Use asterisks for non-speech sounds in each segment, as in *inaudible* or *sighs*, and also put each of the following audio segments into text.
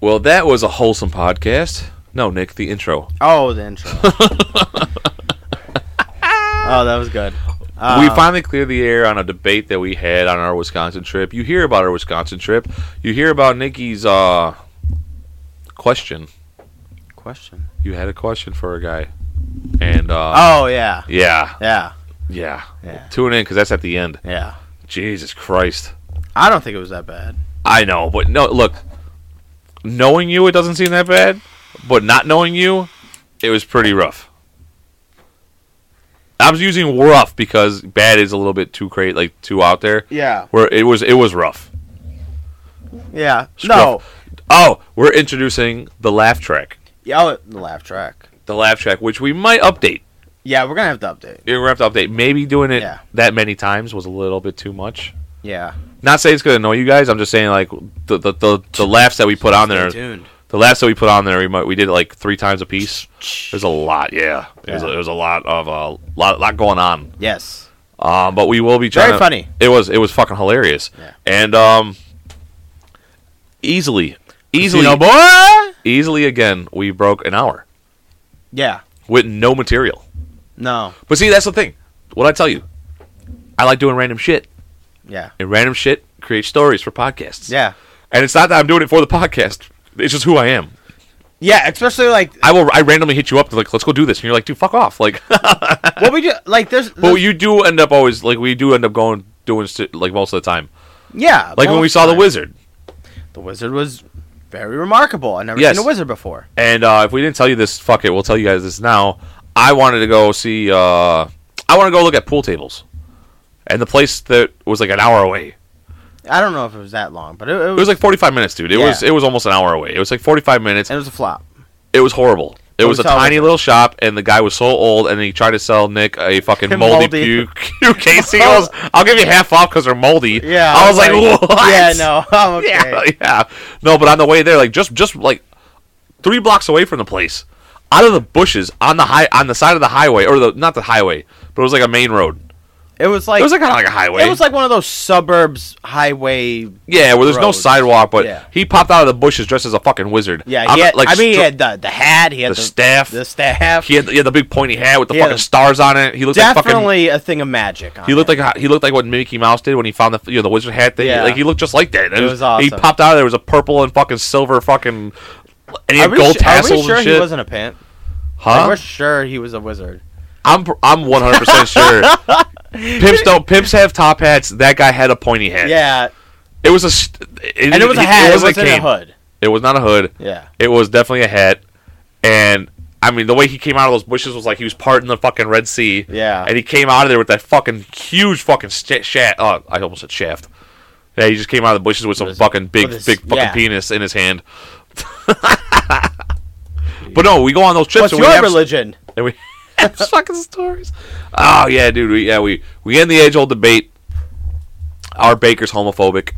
Well, that was a wholesome podcast. No, Nick, the intro. Oh, *laughs* the intro. oh, that was good. Ah. Um, we finally cleared the air on a debate that we had on our Wisconsin trip. You hear about our Wisconsin trip. You hear about Nikki's uh, question. Question. You had a question for a guy, and uh, Oh yeah, yeah, yeah, yeah, yeah, Tune in because that's at the end. yeah. Jesus Christ. I don't think it was that bad. I know, but no, look, knowing you, it doesn't seem that bad, but not knowing you, it was pretty rough. I was using rough because bad is a little bit too crazy, like too out there. Yeah, Where it was, it was rough. yeah. No, Scruff. Oh, we're introducing the laugh track, yeah, oh, the laugh track. the laugh track, which we might update. Yeah, we're gonna have to update. We're gonna have to update. Maybe doing it Yeah. that many times was a little bit too much. Yeah, Not saying it's gonna annoy you guys. I'm just saying like the the, the, the laughs that we put on there. Stay tuned. The last that we put on there, we might, we did it like three times a piece. There's a lot, yeah. It was, Yeah. it was a lot of a uh, lot, lot going on. Yes. Um, but we will be trying. Very to- funny. It was it was fucking hilarious. Yeah. And um, easily, easily, Casino boy. easily again, we broke an hour Yeah. with no material. No. But see, that's the thing. What I tell you, I like doing random shit, Yeah. and random shit creates stories for podcasts. Yeah. And it's not that I'm doing it for the podcast. It's just who I am. Yeah. *laughs* Especially like I will. I randomly hit you up to like, let's go do this, and you're like, dude, fuck off. Like, *laughs* what we do. Like there's. But you do end up always like we do end up going doing st- like most of the time. yeah. Like when we most saw the times. wizard, The wizard was very remarkable. I never Yes. seen a wizard before. and uh, if we didn't tell you this, fuck it, we'll tell you guys this now. I wanted to go see. Uh, I want to go look at pool tables, and the place that was like an hour away. I don't know if it was that long, but it, It was like forty five minutes, dude. It was Yeah. it was almost an hour away. It was like forty five minutes. it was a flop. It was horrible. It But was we a saw tiny little shop, and the guy was so old, and he tried to sell Nick a fucking moldy, *laughs* Moldy. puke UK *laughs* seals. I'll give you half off because they're moldy. Yeah. I was like, *laughs* what? Yeah. No. *laughs* I'm *laughs* okay. Yeah, yeah. No, but on the way there, like just just like three blocks away from the place, out of the bushes on the high on the side of the highway or the not the highway, but it was like a main road. It was like It was like kind of like a highway. It was like one of those suburbs highway. yeah, where there's no roads. sidewalk, but Yeah. he popped out of the bushes dressed as a fucking wizard. Yeah, I'm he not, had, I mean, he str- had the, the hat, he had the the, staff. the staff. he had the, he had the big pointy hat with the Yeah. fucking stars on it. He looked like fucking. Definitely a thing of magic. on He looked him. like he looked like what Mickey Mouse did when he found the you know the wizard hat thing. Yeah. Like he looked just like that. It was awesome. He popped out. of There was a purple and fucking silver fucking. And he Are had we gold su- tassels Are we sure and shit. he wasn't a pimp? huh? Like, we're sure he was a wizard. I'm pr- I'm 100 percent *laughs* sure. Pimps don't. Pimps have top hats. That guy had a pointy hat. Yeah, It was a. St- it, and it was a hat. It, was wasn't not a cane. hood. It was not a hood. Yeah, It was definitely a hat. And I mean, the way he came out of those bushes was like he was parting the fucking Red Sea. Yeah. And he came out of there with that fucking huge fucking st- shaft. Oh, I almost said shaft. Yeah, he just came out of the bushes with some With his- fucking big, with his- big fucking yeah. penis in his hand. *laughs* but no, we go on those trips. What's and your we have- religion? and *laughs* we have fucking stories. Oh yeah, dude. We, yeah, we we end the age old debate. Our baker's homophobic.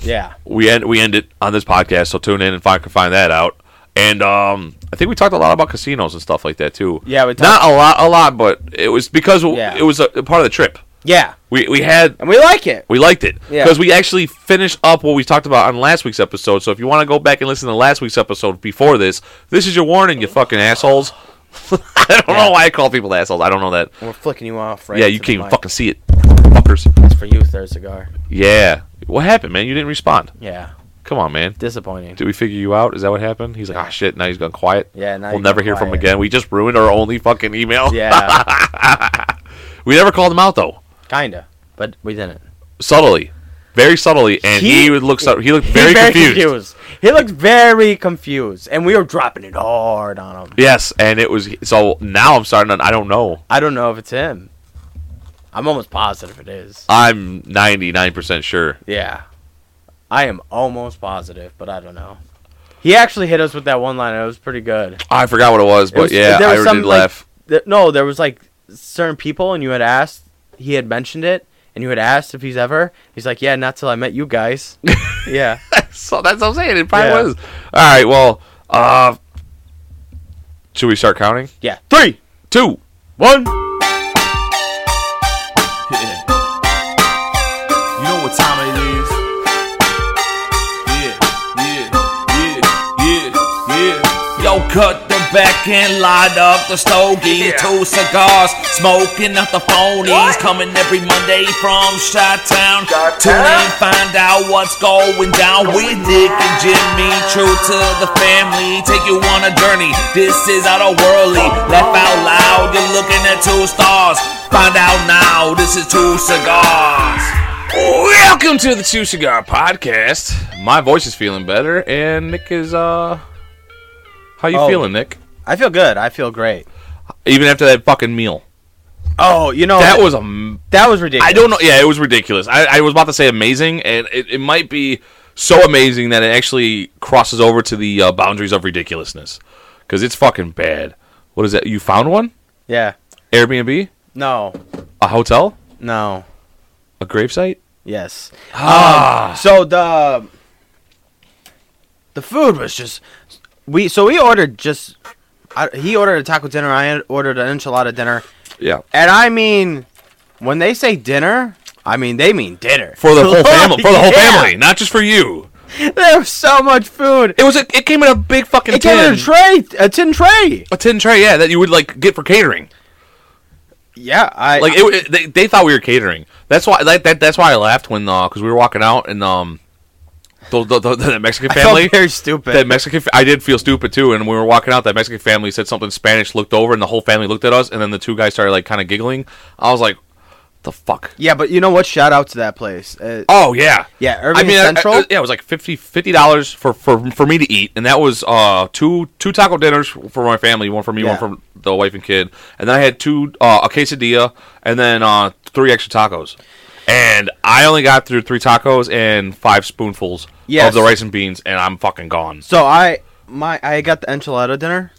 Yeah, We end we end it on this podcast. So tune in and find can find that out. And um, I think we talked a lot about casinos and stuff like that too. Yeah, we not a lot, a lot, but it was because Yeah. it was a, a part of the trip. yeah, We we had and we like it. we liked it Yeah. because we actually finished up what we talked about on last week's episode. So if you want to go back and listen to last week's episode before this, this is your warning, you fucking assholes. *laughs* I don't know why I call people assholes. I don't know that. We're flicking you off, right? yeah, into you the can't even mic. fucking see it, fuckers. It's for you, third cigar. Yeah, what happened, man? You didn't respond. Yeah, Come on, man. disappointing. Did we figure you out? Is that what happened? He's like, ah, shit. Now he's gone quiet. Yeah, now we'll he's never gone hear from him quiet. again. We just ruined our only fucking email. Yeah, *laughs* we never called him out though. kinda, but we didn't. Subtly, very subtly, and he, He- would look. sub- He looked He's very, confused. He looked very confused, and we were dropping it hard on him. Yes, and it was so now I'm starting to I don't know. I don't know if it's him. I'm almost positive it is. I'm 99% sure. Yeah. I am almost positive, but I don't know. He actually hit us with that one line. and It was pretty good. I forgot what it was, but was- yeah, there I was some, did like- laugh. *laughs* Th- no, there was like certain people, and you had asked, he had mentioned it, and you had asked if he's ever. He's like, yeah, not till I met you guys. *laughs* yeah. so that's what I'm saying. It probably Yeah. was. All right, well, uh should we start counting? Yeah. Three, 2 one. Yeah. You know what time it is? Yeah, yeah, yeah. yo, cut the back and light up the stogie. Two cigars, smoking out the phonies. Coming every Monday from Chi-Town. Tune in, find out what's going down with Nick and Jimmy. True to the family, take you on a journey. This is out of worldly. Laugh out loud, you're looking at two stars. Find out now, this is two cigars. Welcome to the Two Cigar Podcast. My voice is feeling better, and Nick is uh, how you Oh. feeling, Nick? I feel good. I feel great. Even after that fucking meal, Oh, you know that was a. m- that was ridiculous. I don't know. Yeah, it was ridiculous. I, I was about to say amazing, and it, it might be so amazing that it actually crosses over to the uh, boundaries of ridiculousness because it's fucking bad. What is that? You found one? Yeah. Airbnb? No. A hotel? No. A gravesite? Yes. Ah. Um, so the the food was just we so we ordered just I, he ordered a taco dinner. I ordered an enchilada dinner, Yeah. and I mean when they say dinner, I mean they mean dinner For the whole *laughs* family, for the whole Yeah. family, not just for you. There was so much food. It was a, it came in a big fucking It tin, came in a tray, a tin tray. a tin tray, yeah, that you would like get for catering. Yeah, I Like it, it- they, they thought we were catering. That's why like, that that's why I laughed when because we were walking out and um, the, the, the, the Mexican *laughs* I felt family. very stupid. That Mexican, fa- I did feel stupid too. And when we were walking out, that Mexican family said something Spanish, looked over, and the whole family looked at us. And then the two guys started like kind of giggling. I was like, "The fuck." yeah, but you know what? Shout out to that place. Uh, Oh yeah, Yeah, Irving I- I- Central? I- yeah, it was like 50 dollars for, for for me to eat, and that was uh two two taco dinners for my family, one for me, Yeah. one for the wife and kid, and then I had two uh, a quesadilla, and then uh three extra tacos, and I only got through three tacos and five spoonfuls Yes. of the rice and beans, and I'm fucking gone. So I my I got the enchilada dinner.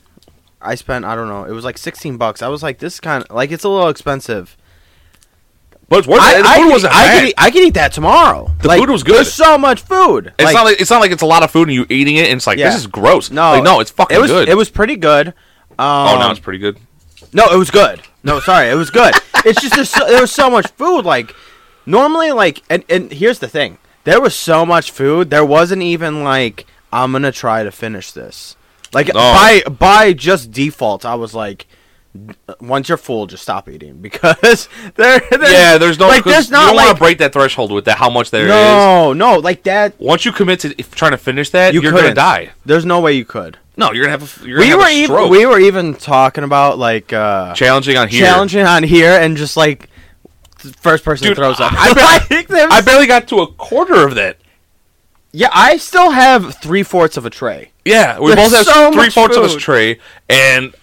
I spent I don't know it was like sixteen bucks. I was like this kind of like it's a little expensive. But it's worth I it. The I food could, wasn't I bad. could eat, I could eat that tomorrow. The Like, food was good. There's so much food. It's not like it's not like it's a lot of food and you eating it and it's like Yeah. this is gross. no Like, no, it's fucking it was, good. It was pretty good. Um, oh, no, it's pretty good. no, it was good. No, sorry, it was good. it's just there's so, there was so much food. Like normally, like and and here's the thing: there was so much food. There wasn't even like I'm gonna try to finish this. Like Oh. by by just default, I was like, once you're full, just stop eating *laughs* because there. there's- Yeah, there's no like 'cause there's not you don't want like to break that threshold with that how much there is. no no like that. Once you commit to if trying to finish that, You you are gonna couldn't. die. There's no way you could. No, you're gonna have a, you're We gonna were have a even stroke. we were even talking about like uh, challenging on here. challenging on here and just like th- first person Dude, throws up. *laughs* I- I barely- *laughs* Like, there was- I barely got to a quarter of that. yeah, I still have three fourths of a tray. Yeah, we There's both have so three much fourths of a food. tray, and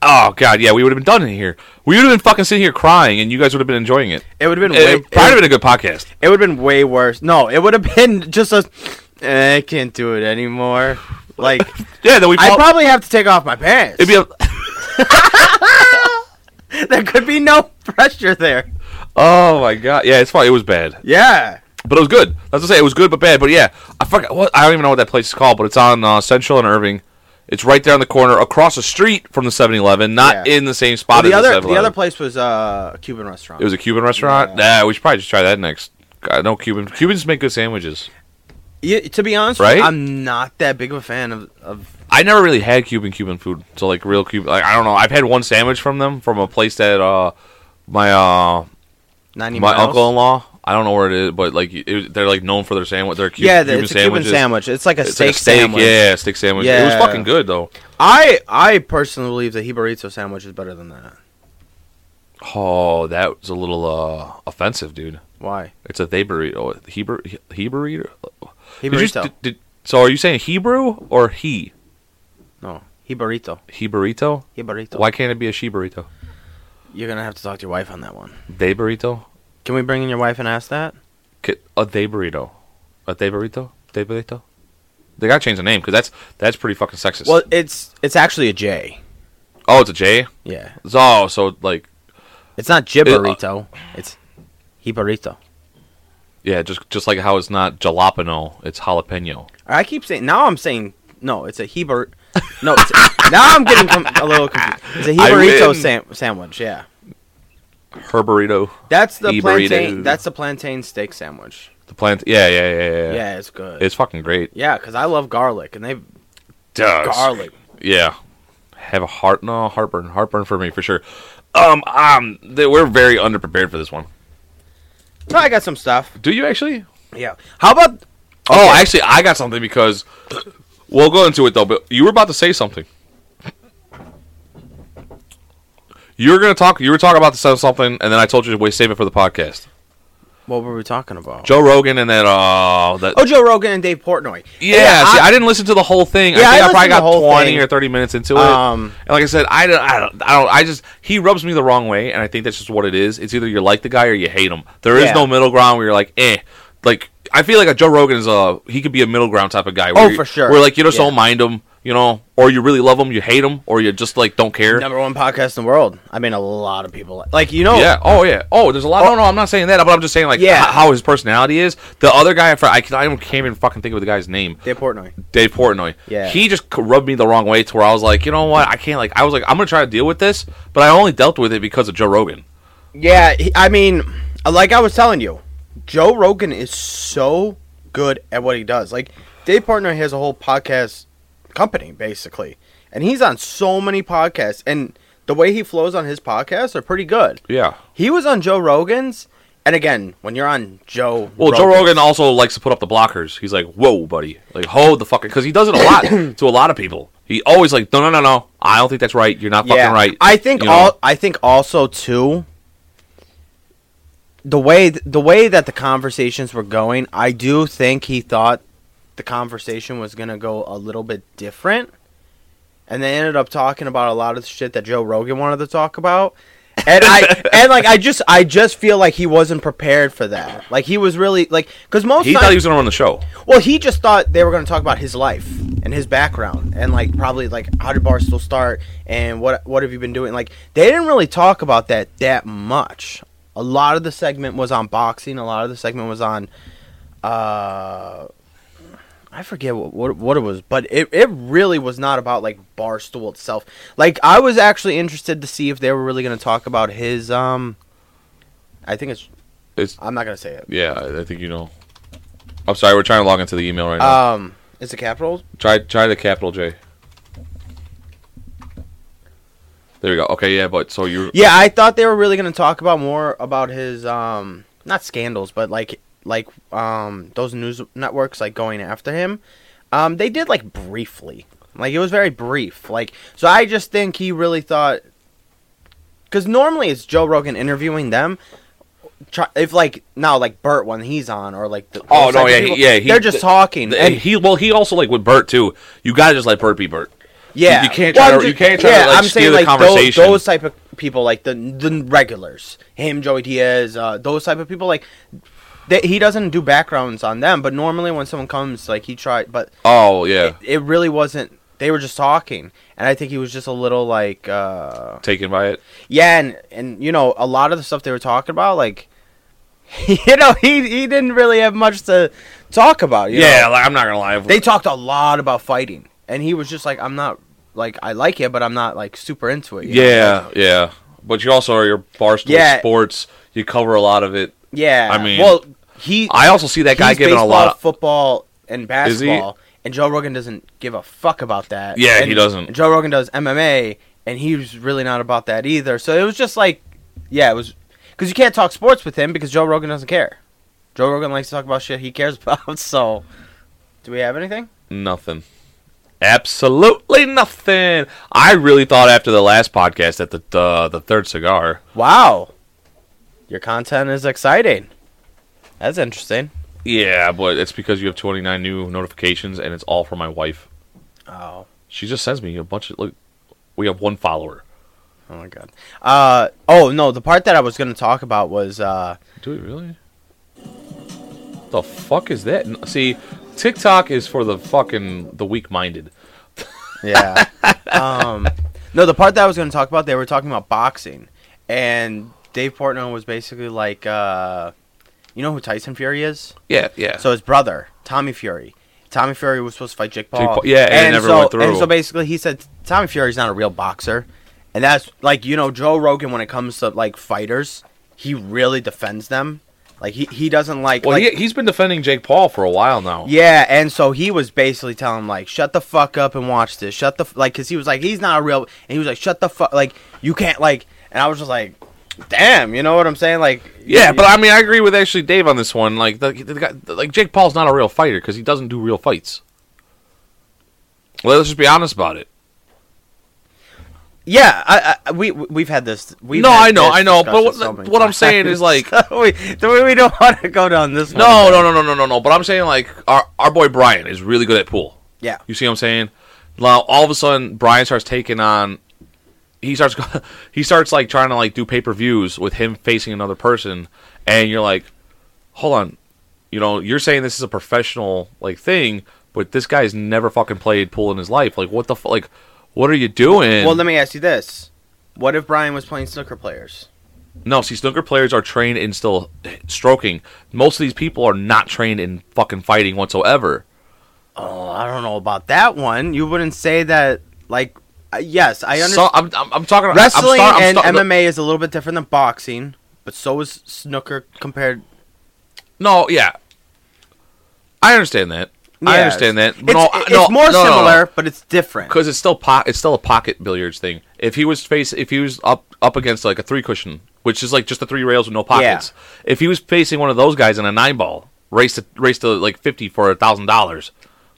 oh god, yeah, we would have been done in here. We would have been fucking sitting here crying, and you guys would have been enjoying it. It would have been It, way, it probably it, would have been a good podcast. would have been way worse. No, it would have *laughs* been just a "Eh, I can't do it anymore. Like *laughs* Yeah, then we. I prob- probably have to take off my pants. it'd be a. *laughs* there could be no *laughs* pressure there. Oh my god! Yeah, it's fine. It was bad, Yeah. but it was good. That's to say, it was good but bad. But yeah, I forgot. What I don't even know what that place is called, but it's on uh, Central and Irving. It's right there on the corner, across the street from the 7-Eleven, not Yeah. in the same spot. the as other the, the other place. place was uh, a Cuban restaurant. It was a Cuban restaurant. Nah, we should probably just try that next. God, no Cuban. Cubans make good sandwiches. Yeah, to be honest, Right? right? I'm not that big of a fan of, of I never really had Cuban Cuban food. So like real Cuban. Like I don't know. I've had one sandwich from them from a place that uh my uh 90 my miles. uncle in law. I don't know where it is, but like it, they're like known for their sandwich. Their Cuban yeah, the, Cuban it's a sandwiches. Cuban sandwich. It's like a It's steak, like a steak, sandwich. yeah, steak sandwich. It was Yeah. fucking good though. I I personally believe the Hibarito sandwich is better than that. Oh, that was a little uh offensive, dude. Why? It's a they burrito. Hebrew he burrito. Did you- Hibarito. did- did- so are you saying Hebrew or he no. Hibarito. he burrito? Hibarito. Why can't it be a she burrito? You're gonna have to talk to your wife on that one. They burrito? Can we bring in your wife and ask that? Ki- A they burrito? A they burrito? They burrito? They gotta change the name because that's that's pretty fucking sexist. Well, it's it's actually a J. Oh, it's a J. Yeah. So so like It's not uh, Jibarito. it's Hibarito. yeah, just just like how it's not jalapeno, it's jalapeno. I keep saying now I'm saying no. It's a Hibar. No. It's now I'm getting com- a little confused. It's a I Hibarito win. sam- sandwich. Yeah. Her burrito. That's the Hibarito. plantain. That's the plantain steak sandwich. The plant. Yeah yeah yeah yeah. Yeah, yeah. it's good. It's fucking great. yeah, because I love garlic, and they Does garlic. Yeah, have a heart. No heartburn. Heartburn for me for sure. Um, um, they, we're very underprepared for this one. No, I got some stuff. Do you actually? Yeah. How about Oh, actually, I got something because we'll go into it though. But you were about to say something. You were gonna talk. You were talking about to say something, and then I told you to wait, save it for the podcast. what were we talking about? Joe Rogan and that. Uh, that. oh, Joe Rogan and Dave Portnoy. yeah. see, I, didn't listen to the whole thing. I Yeah, I think I, probably listened to the got whole twenty thing. or thirty minutes into it. Um, and like I said, I don't, I don't. I don't. I just he rubs me the wrong way, and I think that's just what it is. It's either you like the guy or you hate him. There is Yeah. no middle ground where you're like, eh. Like I feel like a Joe Rogan is a he could be a middle ground type of guy. where Oh, you- for sure. Where like you just Yeah. don't mind him, you know, or you really love him, you hate him, or you just like don't care. number one podcast in the world. I mean, a lot of people like, you know. Yeah. Oh, yeah. Oh, there's a lot. Oh, no, I'm not saying that, but I'm just saying like Yeah. h- how his personality is. The other guy, I, fr- I can't I don't- can't even fucking think of the guy's name. Dave Portnoy. Dave Portnoy. Yeah. He just c- rubbed me the wrong way to where I was like, you know what? I can't like. I was like, I'm gonna try to deal with this, but I only dealt with it because of Joe Rogan. Yeah, he, I mean, like I was telling you, Joe Rogan is so good at what he does. Like Dave Portnoy has a whole podcast company basically, and he's on so many podcasts, and the way he flows on his podcasts are pretty good. Yeah. He was on Joe Rogan's, and again, when you're on Joe, Well, Joe Rogan's- Rogan also likes to put up the blockers. He's like, whoa, buddy, like hold the fucking because he does it a *coughs* lot to a lot of people. He always like, no, no, no, no. I don't think that's right. You're not fucking right. I think You know? all. I think also too. The way th- the way that the conversations were going, I do think he thought the conversation was gonna go a little bit different, and they ended up talking about a lot of the shit that Joe Rogan wanted to talk about. And *laughs* I and like I just I just feel like he wasn't prepared for that. Like he was really like because most He times, thought he was gonna run the show. well, he just thought they were going to talk about his life and his background and like probably like how did Barstool start and what what have you been doing? Like they didn't really talk about that that much. A lot of the segment was on boxing. A lot of the segment was on, uh, I forget what what, what it was, but it it really was not about like Barstool itself. Like I was actually interested to see if they were really going to talk about his um. I think it's. It's I'm not going to say it. yeah. I I think you know. Uh, I'm sorry. We're trying to log into the email right now. Um, is it capitals? Try try the capital J. There we go. Okay, yeah, but so you Yeah, I thought they were really going to talk about more about his um not scandals, but like like um those news networks like going after him. Um they did like briefly. Like it was very brief. Like so I just think he really thought cuz normally it's Joe Rogan interviewing them. Try, if like now like Bert when he's on or like the Oh, those no, type of yeah, he- people, yeah, he- they're just the- talking the- and he well he also like with Bert too. You gotta just let Bert be Bert. Yeah, You- you can't try I'm to- you can't try to, like, steer the tho- conversation. Those, type of people, like the the regulars, him, Joey Diaz, uh, those type of people, like they, he doesn't do backgrounds on them. But normally, when someone comes, like he tried, but Oh yeah, it really wasn't. They were just talking, and I think he was just a little like, uh, taken by it. yeah, and and you know, a lot of the stuff they were talking about, like, *laughs* you know, he he didn't really have much to talk about. You know? Yeah, like, I'm not gonna lie. they talked a lot about fighting, and he was just like, "I'm not like I like it, but I'm not like super into it." you know? yeah, yeah, but you also are your barstool Yeah. sports. You cover a lot of it. yeah. I mean, well, he I also see that guy he's giving a baseball, lot. Of, football and he? basketball, and Joe Rogan doesn't give a fuck about that. Yeah, And he doesn't. Joe Rogan does MMA, and he's really not about that either. So it was just like, yeah, it was because you can't talk sports with him because Joe Rogan doesn't care. Joe Rogan likes to talk about shit he cares *laughs* about. So, do we have anything? Nothing. Absolutely nothing. I really thought after the last podcast that the the, the third cigar. Wow. Your content is exciting. That's interesting. Yeah, but it's because you have 29 new notifications, and it's all for my wife. Oh. She just sends me a bunch of look. We have one follower. Oh my god. Uh oh no, the part that I was gonna talk about was uh Do we really? The fuck is that? N- See, TikTok is for the fucking the weak-minded. yeah. um no the part that I was gonna talk about they were talking about boxing and Dave Portnoy was basically like uh you know who Tyson Fury is? Yeah, yeah. So his brother, Tommy Fury. Tommy Fury was supposed to fight Jake Paul. Paul- yeah, and it never so, went through. And so basically, he said Tommy Fury's not a real boxer, and that's like you know Joe Rogan when it comes to like fighters, he really defends them, Like he, he doesn't like. Well, like- he, he's been defending Jake Paul for a while now. yeah, and so he was basically telling him like, "Shut the fuck up and watch this." Shut the f-, like, because he was like, "He's not a real," and he was like, "Shut the fuck," like, "You can't like," and I was just like, "Damn," you know what I'm saying? Like, Yeah, y- but I mean, I agree with actually Dave on this one. Like, the, the guy, like Jake Paul's not a real fighter because he doesn't do real fights. Well, let's just be honest about it. yeah, I, I we we've had this. We No, I know, I know, but what- what I'm saying is, *laughs* like- we, we we don't want to go down this. No, no, no, no, no, no, no. But I'm saying like our our boy Brian is really good at pool. yeah, You see what I'm saying? Now all of a sudden Brian starts taking on. He starts *laughs* he starts like trying to like do pay per views with him facing another person, and you're like, hold on, you know, you're saying this is a professional like thing, but this guy's never fucking played pool in his life. Like what the fu- like, what are you doing? Well, let me ask you this: What if Brian was playing snooker players? No, see, snooker players are trained in still stroking. Most of these people are not trained in fucking fighting whatsoever. Oh, I don't know about that one. You wouldn't say that, like, uh, yes, I understand. So, I'm, I'm, I'm talking I'm Wrestling start- I'm and start- MMA is a little bit different than boxing, but so is snooker compared. No, yeah, I understand that. I Yeah, understand that. it's- no, it's, I- it's no, more no, no, no. similar, but it's different. because it's still po- it's still a pocket billiards thing. If he was face if he was up up against like a three cushion, which is like just the three rails with no pockets, if he was facing one of those guys in a nine ball, race to race to like fifty for a thousand dollars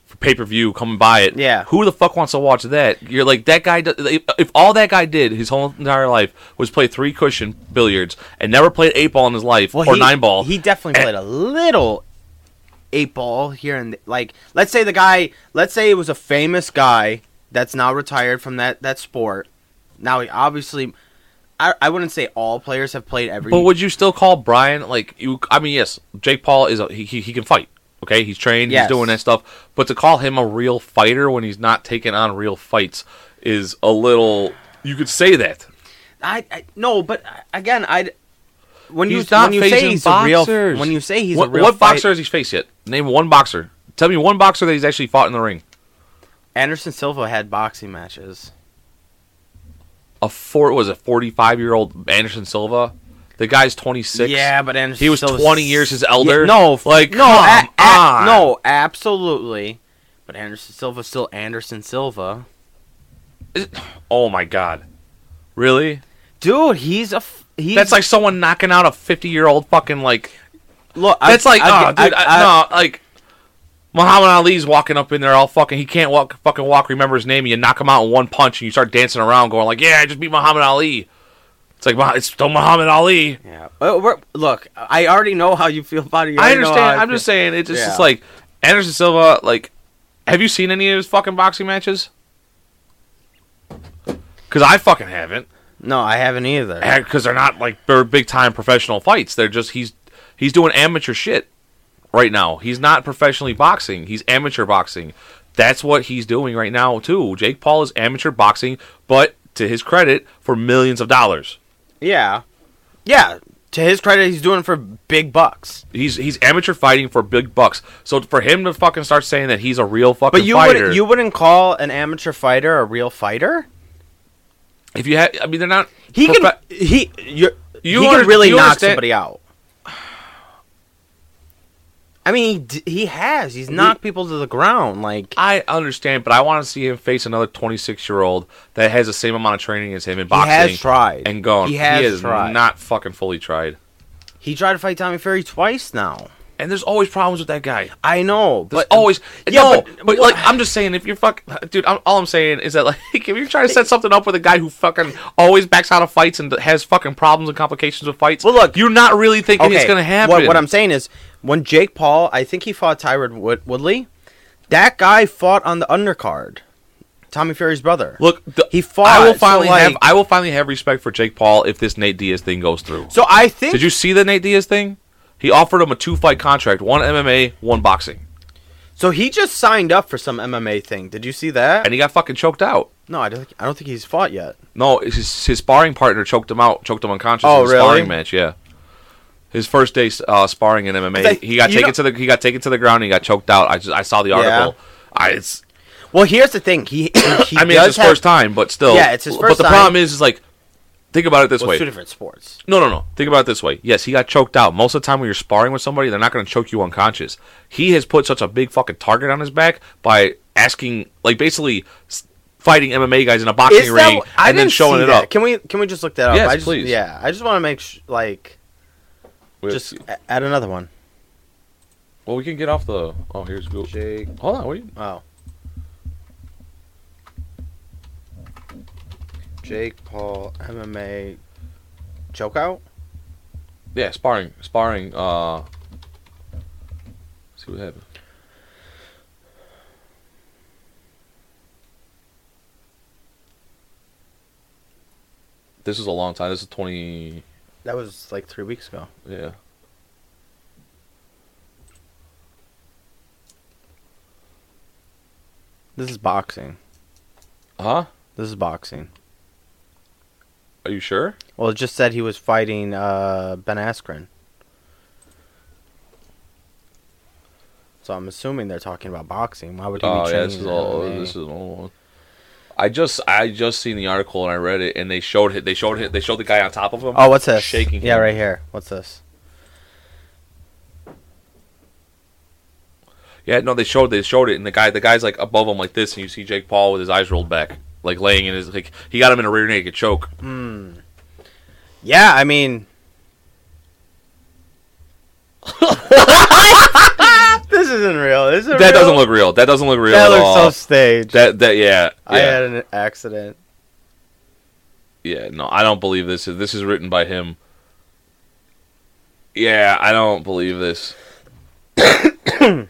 for pay per view, come and buy it. Yeah. who the fuck wants to watch that? You're like that guy. do- If if all that guy did his whole entire life was play three cushion billiards and never played eight ball in his life Well, or he- nine ball, He definitely Eh. played a little eight ball here and th- like. Let's say the guy. Let's say it was a famous guy that's now retired from that that sport. Now he obviously, I, I wouldn't say all players have played every. But would you still call Brian like you? I mean, yes, Jake Paul is a, he, he he can fight. Okay, he's trained. Yes. He's doing that stuff. But to call him a real fighter when he's not taking on real fights is a little. You could say that. I, I no, but uh, again, I. When you He's not when you say facing he's a boxers. real when you say he's what a real what fight- boxer has he faced yet? Name one boxer. Tell me one boxer that he's actually fought in the ring. Anderson Silva had boxing matches. A four was a forty-five year old Anderson Silva. The guy's twenty-six. Yeah, but Anderson He was Silva's- 20 years his elder? Yeah, no, f- Like, no, come a- a- on. no, absolutely. But Anderson Silva's still Anderson Silva. Oh my god. Really? Dude, he's a f- he's, That's like someone knocking out a fifty-year-old fucking like look. That's I, like, I, oh, dude, I, no, like Muhammad Ali's walking up in there all fucking. He can't walk, fucking walk. Remember his name? and You knock him out in one punch, and you start dancing around, going like, "Yeah, I just beat Muhammad Ali." It's like "Wow, it's still Muhammad Ali. Yeah, Well, we're- look, I already know how you feel about it. You I already know how understand. I'm feel. just saying it's just, Yeah. just like Anderson Silva. Like, have you seen any of his fucking boxing matches? Because I fucking haven't. No, I haven't either. because they're not like they're big time professional fights. They're just he's he's doing amateur shit right now. He's not professionally boxing. He's amateur boxing. That's what he's doing right now too. Jake Paul is amateur boxing, but to his credit, for millions of dollars. yeah, yeah. To his credit, he's doing it for big bucks. He's he's amateur fighting for big bucks. So for him to fucking start saying that he's a real fucking But you fighter, would you wouldn't call an amateur fighter a real fighter? if you had, I mean, they're not. He can profe- he you're, You he under- can really you knock understand- somebody out. I mean, he, d- he has. He's knocked people to the ground. Like I understand, but I want to see him face another 26 year old that has the same amount of training as him in boxing. has tried. and gone. He has is tried. not fucking fully tried. he tried to fight Tommy Fury twice now. And there's always problems with that guy. I know, There's but always yeah, no, but- um, but, like I'm just saying, if you're fuck, dude, I'm, all I'm saying is that like *laughs* if you're trying to set something up with a guy who fucking always backs out of fights and has fucking problems and complications with fights, Well, look- you're not really thinking it's gonna happen. What, what I'm saying is, when Jake Paul, I think he fought Tyrod Wood- Woodley. That guy fought on the undercard. Tommy Fury's brother. look, the, he fought. I will so, finally have like- I will finally have respect for Jake Paul if this Nate Diaz thing goes through. so I think. Did you see the Nate Diaz thing? He offered him a two fight contract, one MMA, one boxing, So he just signed up for some MMA thing. Did you see that? and he got fucking choked out. No, I don't. think- I don't think he's fought yet. No, his, his sparring partner choked him out, choked him unconscious Oh, in his really? sparring match. Yeah, his first day uh, sparring in MMA, They- he got you taken know- to the he got taken to the ground. and He got choked out. I just I saw the article. I it's Well, here's the thing. He. *coughs* he I mean *coughs* it's does his have- first time, but still, Yeah, it's his But first the time. problem is, is like Think about it this Well, way. it's two different sports. No, no, no. Think about it this way. Yes, he got choked out. Most of the time when you're sparring with somebody, they're not going to choke you unconscious. He has put such a big fucking target on his back by asking, like, basically s- fighting MMA guys in a boxing Is that ring wh- I and then didn't showing see it that. up. Can we can we just look that up? Yes, I just, please. Yeah, I just want to make sh- like Wait, just a- add another one. well, we can get off the. Oh, here's Google. Jake. Hold on. What are you, Oh. Jake Paul MMA choke out. yeah, sparring, sparring. Uh, see what happened. This is a long time. This is twenty. That was like three weeks ago. Yeah. This is boxing. Huh? This is boxing. Are you sure? Well, it just said he was fighting uh, Ben Askren. So I'm assuming they're talking about boxing. Why would he Oh be yeah, training? this is in all. MMA? This is an old one. I just I just seen the article and I read it and they showed it. They showed it. They showed the guy on top of him. oh, what's this? Shaking. Yeah, him. right here. What's this? Yeah, no, they showed they showed it and the guy the guy's like above him like this and you see Jake Paul with his eyes rolled back, like laying in his like he got him in a rear naked choke. Hmm. Yeah, I mean. *laughs* this isn't real. This is That doesn't look real. That doesn't look real That at looks all. so staged. that that yeah I yeah. had an accident. Yeah, no, I don't believe this. This is written by him. Yeah, I don't believe this. *coughs*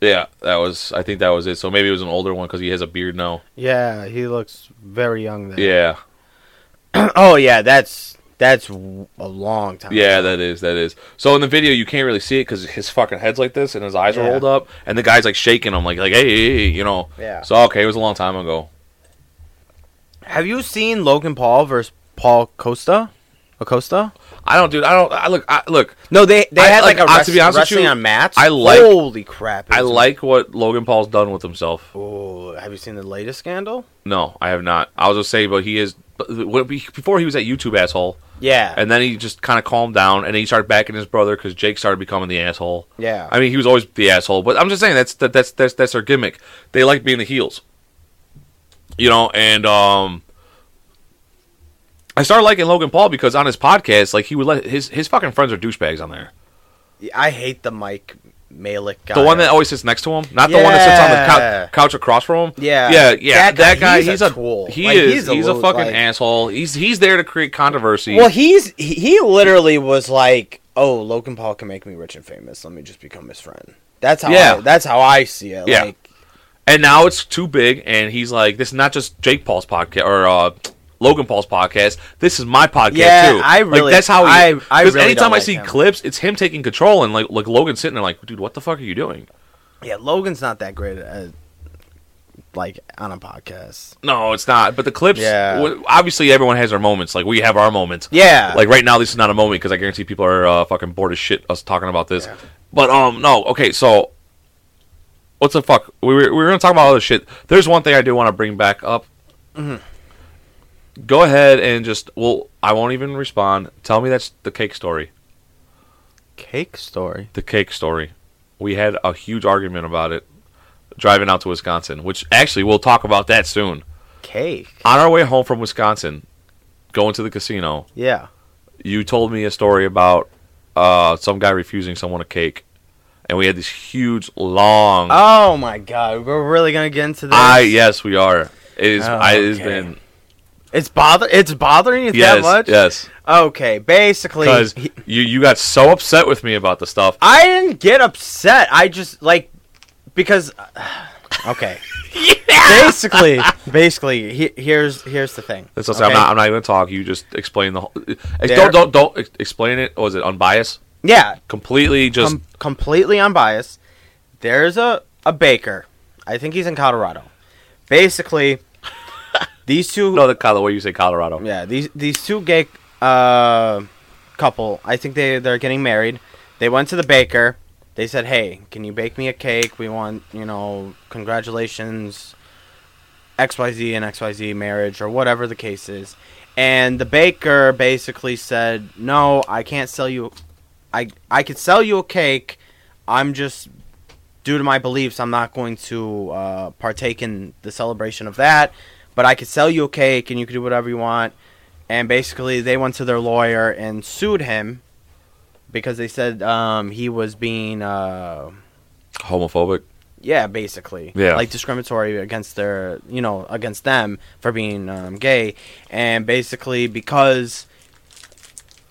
yeah, that was. I think that was it. So maybe it was an older one because he has a beard now. Yeah, he looks very young there. Yeah, *clears throat* oh yeah, that's that's w- a long time. yeah, that is that is. So in the video, you can't really see it because his fucking head's like this and his eyes are Yeah. rolled up, and the guy's like shaking him, like like hey, hey, hey, you know. Yeah. So okay, it was a long time ago. Have you seen Logan Paul versus Paul Costa? Acosta? I don't, dude. I don't. I look. I look. No, they they I- had like, like, a uh, rest, to be honest with wrestling you, on mats. I like- Holy crap! it I was- like what Logan Paul's done with himself. Oh, have you seen the latest scandal? No, I have not. I was just saying, but he is. but when- Before he was that YouTube asshole, Yeah, and then he just kind of calmed down, and then he started backing his brother because Jake started becoming the asshole. Yeah. I mean he was always the asshole, but I'm just saying that's that, that's that's that's their gimmick. They like being the heels, you know. And um, I started liking Logan Paul because on his podcast, like he would let his his fucking friends are douchebags on there. I hate the Mike Malik guy. The one that always sits next to him, not the one that sits on the Oh, Yeah. cou- couch across from him. Yeah. yeah, yeah. That That guy, guy- he's, he's a a, tool. he Like, is. He's he's a, a little, fucking like- asshole. He's he's there to create controversy. well, he's he, he literally was like, "Oh, Logan Paul can make me rich and famous. Let me just become his friend." That's how. Yeah. I, that's how I see it. Yeah. Like, and now it's too big, and he's like, "This is not just Jake Paul's podcast or uh, Logan Paul's podcast. This is my podcast Yeah, too." I like, really- that's how he, I- I 'cause really anytime don't I like see him. clips, it's him taking control, and like like Logan sitting there like, "Dude, what the fuck are you doing?" yeah, Logan's not that great at like on a podcast. No, it's not. But the clips, Yeah. w- obviously, everyone has their moments. Like we have our moments. Yeah. Like right now, this is not a moment because I guarantee people are uh, fucking bored as shit us talking about this. But um, no, okay, so what's the fuck? We were we were gonna talk about other shit. There's one thing I do want to bring back up. Go ahead and just well, I won't even respond. Tell me that's the cake story. Cake story. The cake story. We had a huge argument about it driving out to Wisconsin, which actually we'll talk about that soon. Cake. On our way home from Wisconsin, going to the casino, Yeah. you told me a story about uh, some guy refusing someone a cake, and we had this huge long. Oh my god, we're really gonna get into this. Mm. I yes, we are. It is. Oh, I, it has okay. been It's bother. It's bothering you yes, that much. yes. Okay. Basically, Because he- you you got so upset with me about the stuff. I didn't get upset. I just like because. *sighs* Okay. Basically, *laughs* basically, he, here's here's the thing. That's okay. I'm okay? not. I'm not even gonna talk. You just explain the whole. Ex- There- don't don't don't ex- explain it. Was it unbiased? Yeah, Completely just com- completely unbiased. There's a, a baker. I think he's in Colorado. Basically, *laughs* these two no the kind of way you say Colorado. yeah these these two gay uh, couple. I think they they're getting married. They went to the baker. They said, "Hey, can you bake me a cake? We want, you know, congratulations, XYZ and XYZ marriage or whatever the case is." And the baker basically said, "No, I can't sell you I I could sell you a cake. I'm just due to my beliefs, I'm not going to uh, partake in the celebration of that. But I could sell you a cake, and you could do whatever you want. And basically, they went to their lawyer and sued him because they said um, he was being, uh, Homophobic. yeah, basically, Yeah. like discriminatory against their, you know, against them for being um, gay. And basically, because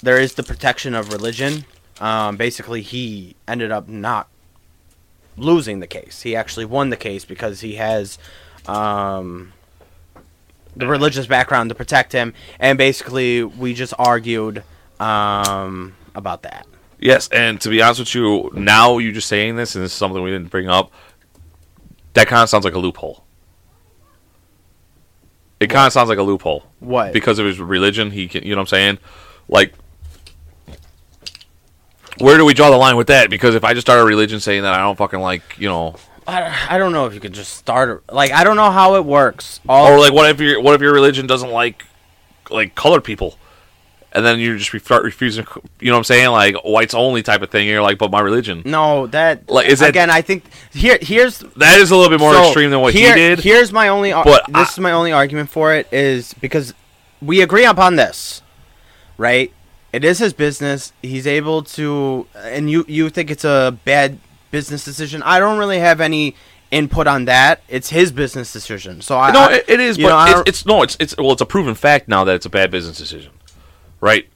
there is the protection of religion, um, basically, he ended up not losing the case. He actually won the case because he has um, the religious background to protect him. And basically, we just argued um, about that. Yes, and to be honest with you, now you just saying this, and this is something we didn't bring up. That kind of sounds like a loophole. It kind of sounds like a loophole. What? Because of his religion, he can. You know what I'm saying? Like, where do we draw the line with that? Because if I just start a religion saying that I don't fucking like, you know, I, I don't know if you could just start. a- Like, I don't know how it works. All or like, what if your what if your religion doesn't like like colored people? And then you just re- start refusing, you know what I'm saying, like whites only type of thing. And you're like, but my religion. no, that Like, is that- again? Mm. I think here, here's That is a little bit more so, extreme than what here- he did. Here's my only. Ar- but this I- is my only argument for it is because we agree upon this, right? It is his business. He's able to, and you you think it's a bad business decision. I don't really have any input on that. It's his business decision. So I No, I- it, it is, you know, I but don't- it's, it's no, it's it's well, it's a proven fact now that it's a bad business decision, right?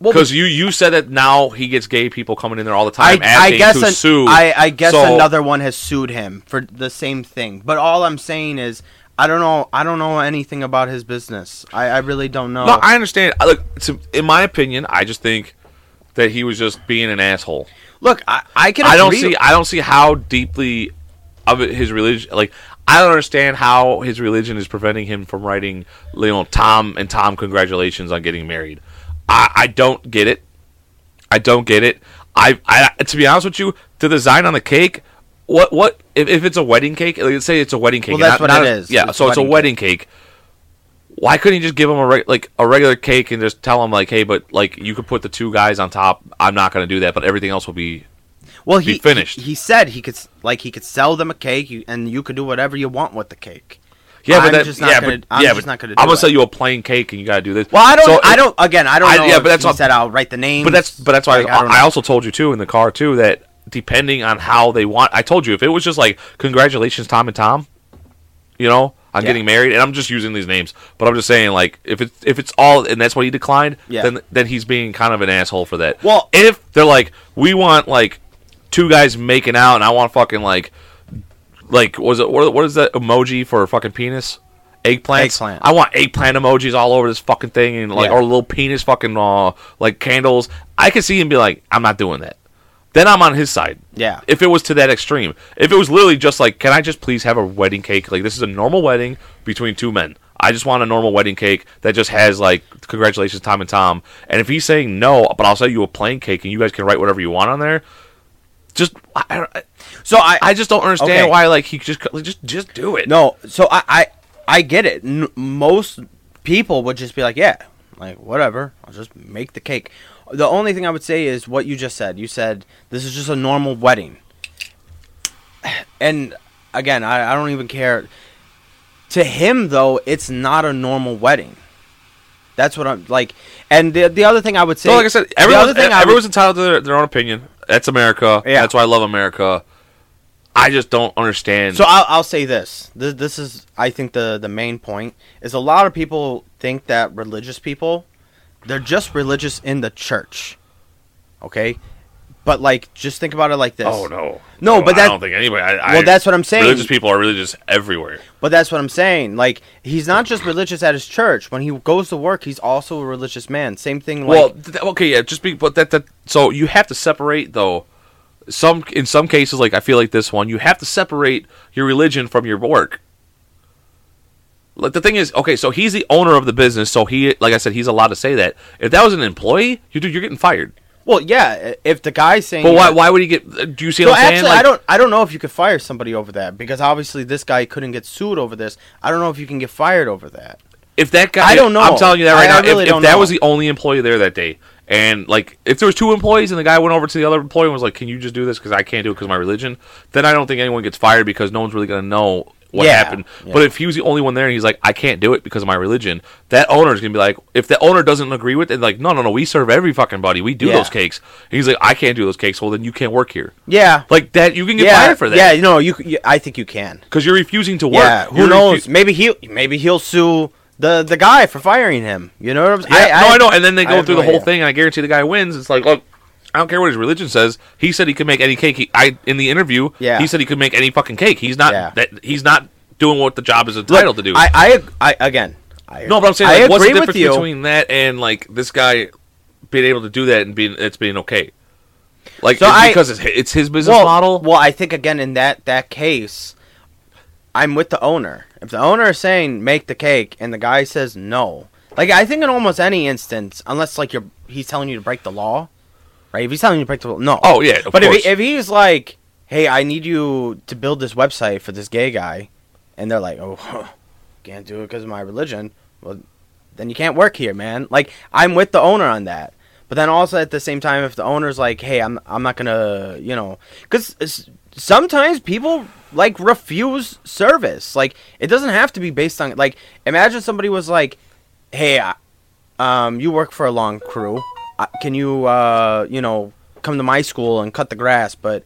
Well, Because you you said that now he gets gay people coming in there all the I, time I asking guess to an- sue. I, I guess So, another one has sued him for the same thing. But all I'm saying is I don't know I don't know anything about his business. I, I really don't know. No, I understand. I- Look, to, in my opinion, I just think that he was just being an asshole. Look, I, I can I don't agree- see I don't see how deeply of it- his religion like I don't understand how his religion is preventing him from writing you know Tom and Tom congratulations on getting married. I, I don't get it. I don't get it. I, I to be honest with you, the design on the cake, what what if, if it's a wedding cake? Like, let's say it's a wedding cake. Well, and that's what not, not it a- is. Yeah, It's a so it's a wedding wedding cake. Why couldn't he just give him a reg- like a regular cake and just tell him like, hey, but like you could put the two guys on top. I'm not going to do that, but everything else will be well, be he finished. He, he said he could s- like he could sell them a cake you, and you could do whatever you want with the cake. Yeah, I'm but that, just not yeah, gonna- but, I'm yeah, just but not gonna I'm do gonna it. sell you a plain cake, and you gotta do this. Well, I don't So I it- don't again, I don't I- know. yeah, if but that's he what- said I'll write the name. But that's but that's why Like, I, don't know. I also told you too in the car too that depending on how they want, I told you if it was just like congratulations, Tom and Tom, you know, on Yeah. getting married, and I'm just using these names, but I'm just saying like if it's if it's all and that's what he declined, Yeah. then then he's being kind of an asshole for that. Well- if they're like we want like two guys making out, and I want fucking like like was it what, what is that emoji for a fucking penis? Eggplants. Eggplant. I want eggplant emojis all over this fucking thing, and like Yeah. or little penis fucking uh like candles. I could see him be like, I'm not doing that. Then I'm on his side. Yeah. If it was to that extreme, if it was literally just like, can I just please have a wedding cake? Like this is a normal wedding between two men. I just want a normal wedding cake that just has like congratulations, Tom and Tom. And if he's saying no, but I'll sell you a plain cake and you guys can write whatever you want on there. Just I, I don't- So I, I just don't understand Okay. why like he just like, just just do it. No, so I I, I get it. N- most people would just be like, yeah, like whatever. I'll just make the cake. The only thing I would say is what you just said. You said this is just a normal wedding, and again, I, I don't even care. To him, though, it's not a normal wedding. That's what I'm like. And the the other thing I would say, So like I said, the everyone, e- other thing I would- everyone's entitled to their, their own opinion. That's America. Yeah. That's why I love America. I just don't understand. So I'll, I'll say this. this. This is, I think, the, the main point is a lot of people think that religious people, they're just religious in the church. Okay? But, like, just think about it like this. oh no, No, but I that- don't think anybody. I, Well, I- that's what I'm saying. Religious people are religious everywhere. But that's what I'm saying. Like, he's not just religious at his church. When he goes to work, he's also a religious man. Same thing, like, well, th- okay, yeah, just be, but that that so you have to separate though. Some in some cases, like I feel like this one, you have to separate your religion from your work. Like the thing is, okay, so he's the owner of the business, so he, like I said, he's allowed to say that. If that was an employee, you dude, you're getting fired. Well, yeah. If the guy's saying, But why? Why would he get? uh, Do you see So what I'm actually, saying? Like, I don't. I don't know if you could fire somebody over that because obviously this guy couldn't get sued over this. I don't know if you can get fired over that. If that guy, I don't know. I'm telling you that right I- I now. really if if don't that know. was the only employee there that day, and like if there was two employees and the guy went over to the other employee and was like, "Can you just do this because I can't do it because my religion?" Then I don't think anyone gets fired because no one's really going to know what Yeah. happened. Yeah. But if he was the only one there and he's like, "I can't do it because of my religion," that owner's going to be like, if the owner doesn't agree with it, like, "No, no, no, we serve every fucking buddy. We do Yeah. those cakes." And he's like, "I can't do those cakes. Well, then you can't work here." Yeah. Like that, you can get yeah. fired for that. Yeah. You know. You, c- you. I think you can. because you're refusing to work. Yeah. Who You're knows? refu- maybe he. Maybe he'll sue the the guy for firing him. You know what I'm saying? Yeah, no, I know. And then they I go have through no the whole idea. thing, and I guarantee the guy wins. It's like, look, I don't care what his religion says. He said he could make any cake. He, I in the interview, Yeah. he said he could make any fucking cake. He's not Yeah. that. He's not doing what the job is Look, entitled to do. I, I. ag- I again. I, no, but I'm saying, I like, what's the agree with difference you. between that and like this guy being able to do that and being it's being okay? Like So it's I- because it's, hi- it's his business well, model. Well, I think again in that that case, I'm with the owner. If the owner is saying make the cake and the guy says no, like I think in almost any instance, unless like you're he's telling you to break the law, right? If he's telling you to break the law, no. Oh, yeah, of but if course. he, if he's like, hey, I need you to build this website for this gay guy, and they're like, oh, *laughs* can't do it because of my religion. Well, then you can't work here, man. Like I'm with the owner on that. But then also at the same time, if the owner's like, "Hey, I'm I'm not gonna," you know, because sometimes people like refuse service. Like it doesn't have to be based on like. Imagine somebody was like, "Hey, I, um, you work for a long crew. I, can you, uh, you know, come to my school and cut the grass?" But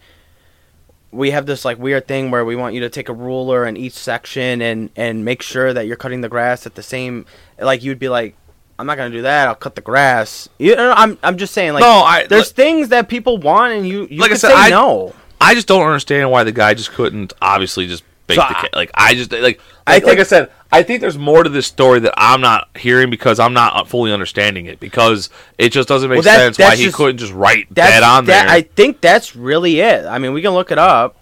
we have this like weird thing where we want you to take a ruler in each section and and make sure that you're cutting the grass at the same like you'd be like I'm not gonna do that. I'll cut the grass. You know, I'm I'm just saying like No, I- there's like- things that people want and you you Like I can said, say I- no. I just don't understand why the guy just couldn't obviously just bake So the I- cake. Like I just like I I like, think- I said, I think there's more to this story that I'm not hearing because I'm not fully understanding it because it just doesn't make Well, that's- sense why that's he just- couldn't just write That's, that on that, there. I think that's really it. I mean, we can look it up.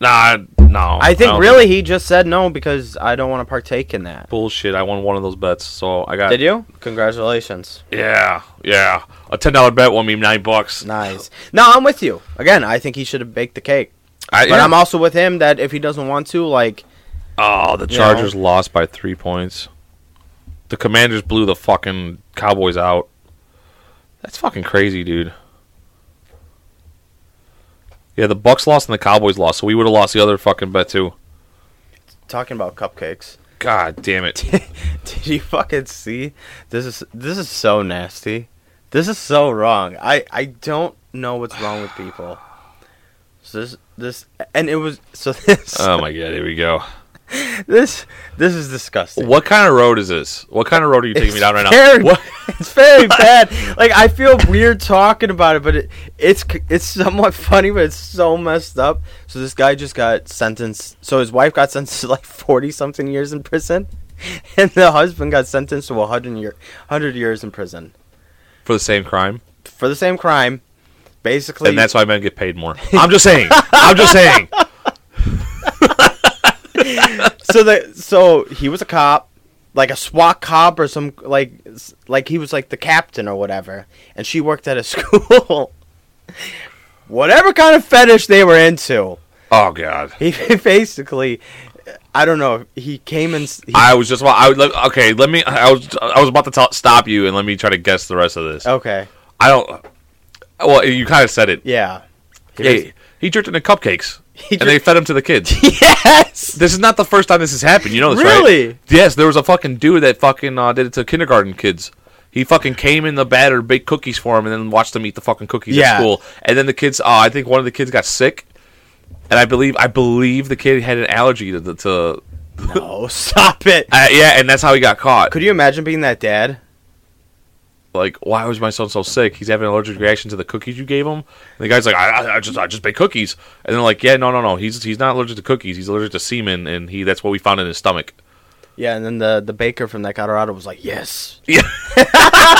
nah, no. I think don't really he just said no because I don't want to partake in that. bullshit. I won one of those bets, so I got Did you? Congratulations. Yeah, yeah. A ten dollar bet won me nine bucks. Nice. No, I'm with you. Again, I think he should have baked the cake. I, But I'm also with him that if he doesn't want to, like oh, the You Chargers lost by three points. The Commanders blew the fucking Cowboys out. That's fucking crazy, dude. Yeah, the Bucks lost and the Cowboys lost, so we would have lost the other fucking bet too. talking about cupcakes. *laughs* God damn it! Did you fucking see? This is this is so nasty. This is so wrong. I I don't know what's wrong with people. So this this and it was so *laughs* this oh my god, here we go. this this is disgusting. What kind of road is this? What kind of road are you taking me down right now? Very- What? *laughs* It's very bad. Like I feel weird talking about it, but it, it's c- it's somewhat *laughs* funny, but it's so messed up. So this guy just got sentenced. So his wife got sentenced to like forty something years in prison, *laughs* and the husband got sentenced to hundred year hundred years in prison For the same crime, for the same crime. Basically, and that's why men get paid more. I'm just saying. I'm just saying. so the so he was a cop, like a SWAT cop or some like s- like he was like the captain or whatever, and she worked at a *laughs* school. whatever kind of fetish they were into, Oh god. he *laughs* basically, I don't know. He came and s- he, I was just about. I would. Let, okay, let me. I was. I was about to t- stop you and let me try to guess the rest of this. okay, I don't. Well, you kind of said it. yeah, Yeah, He, he jerked into cupcakes, *laughs* He and they jerked- fed them to the *laughs* kids. yes, this is not the first time this has happened. You know this, right? Really? Yes, there was a fucking dude that fucking uh, did it to kindergarten kids. He fucking came in the batter, baked cookies for him, and then watched them eat the fucking cookies at Yeah. school. And then the kids, uh, I think one of the kids got sick, and I believe I believe the kid had an allergy to. the- to no, stop it. uh, yeah, and that's how he got caught. Could you imagine being that dad? like, why was my son so sick? He's having an allergic reaction to the cookies you gave him. And the guy's like, I, I- I just, I just bake cookies. And they're like, yeah, no, no, no. He's, he's not allergic to cookies. He's allergic to semen, and he, that's what we found in his stomach. Yeah, and then the the baker from that Colorado was like, yes, Yeah.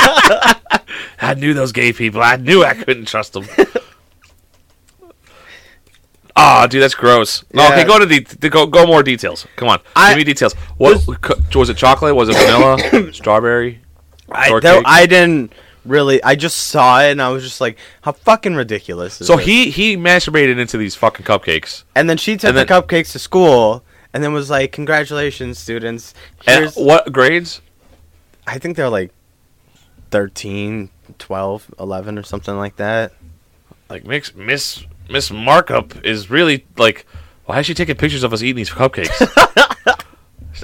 I knew those gay people. I knew I couldn't trust *laughs* them. Ah, dude, that's gross. No, Yeah. okay, go to the de- go go more details. Come on, I- give me details. *coughs* What was, was it? Chocolate? Was it vanilla? strawberry? I, Shortcake? though I didn't really. I just saw it and I was just like, how fucking ridiculous. Is So this? he he masturbated into these fucking cupcakes. and then she took and the then- cupcakes to school and then was like, congratulations, students. And Here's, what grades? I think they're like 13, 12, 11 or something like that. Like mix, Miss Miss Markup is really like, why is she taking pictures of us eating these cupcakes? *laughs*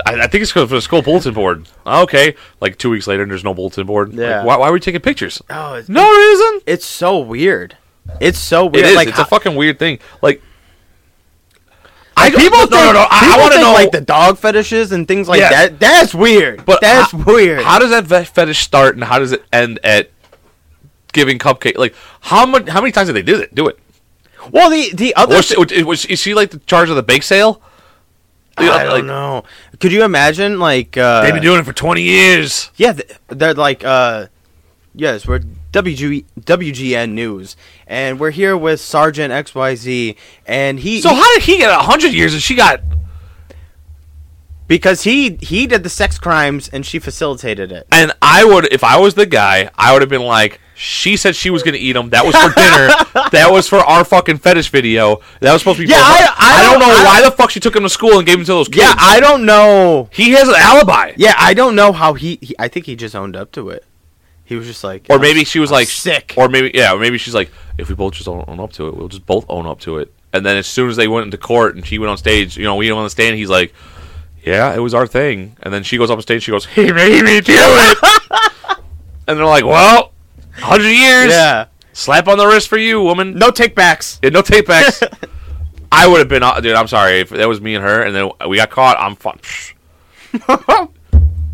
I, I think it's 'cause for the school bulletin board. Okay, like two weeks later, and there's no bulletin board. Like, Yeah. why, why are we taking pictures? Oh, *laughs* it's, No reason. it's so weird. It's so It weird. is. Like, it's a fucking weird thing. Like, I don't- people no, no, think- no, I, people want to think, know like, like the dog fetishes and things like Yes. that. That's weird. But that's ho- weird. how does that ve- fetish start, and how does it end at giving cupcake? Like, how much? How many times did they do that? Do it? well, the the other Was, she- was- is she like the charge of the bake sale? I don't know. Could you imagine like uh They've been doing it for 20 years. Yeah, th- they're like uh yes, we're WG- WGN News and we're here with Sergeant XYZ and he So how did he get 100 years and she got because he he did the sex crimes and she facilitated it. and I would if I was the guy, I would have been like she said she was going to eat them. That was for *laughs* dinner. that was for our fucking fetish video. That was supposed to be Yeah, for her. I- I don't, don't- know I why the fuck she took him to school and gave him to those kids. Yeah, I don't know. he has an alibi. Yeah, I don't know how he, he I think he just owned up to it. He was just like Or maybe she was like sick. Or maybe yeah, or maybe she's like if we both just own, own up to it, we'll just both own up to it. And then as soon as they went into court and she went on stage, you know, we went on the stand, he's like, "Yeah, it was our thing." And then she goes up on stage, she goes, "He made me do it." and they're like, "Well, 100 years. Yeah. Slap on the wrist for you, woman. No take backs. Yeah, no tape backs." I would have been, uh, dude. I'm sorry if that was me and her, and then we got caught. I'm *laughs* fuck.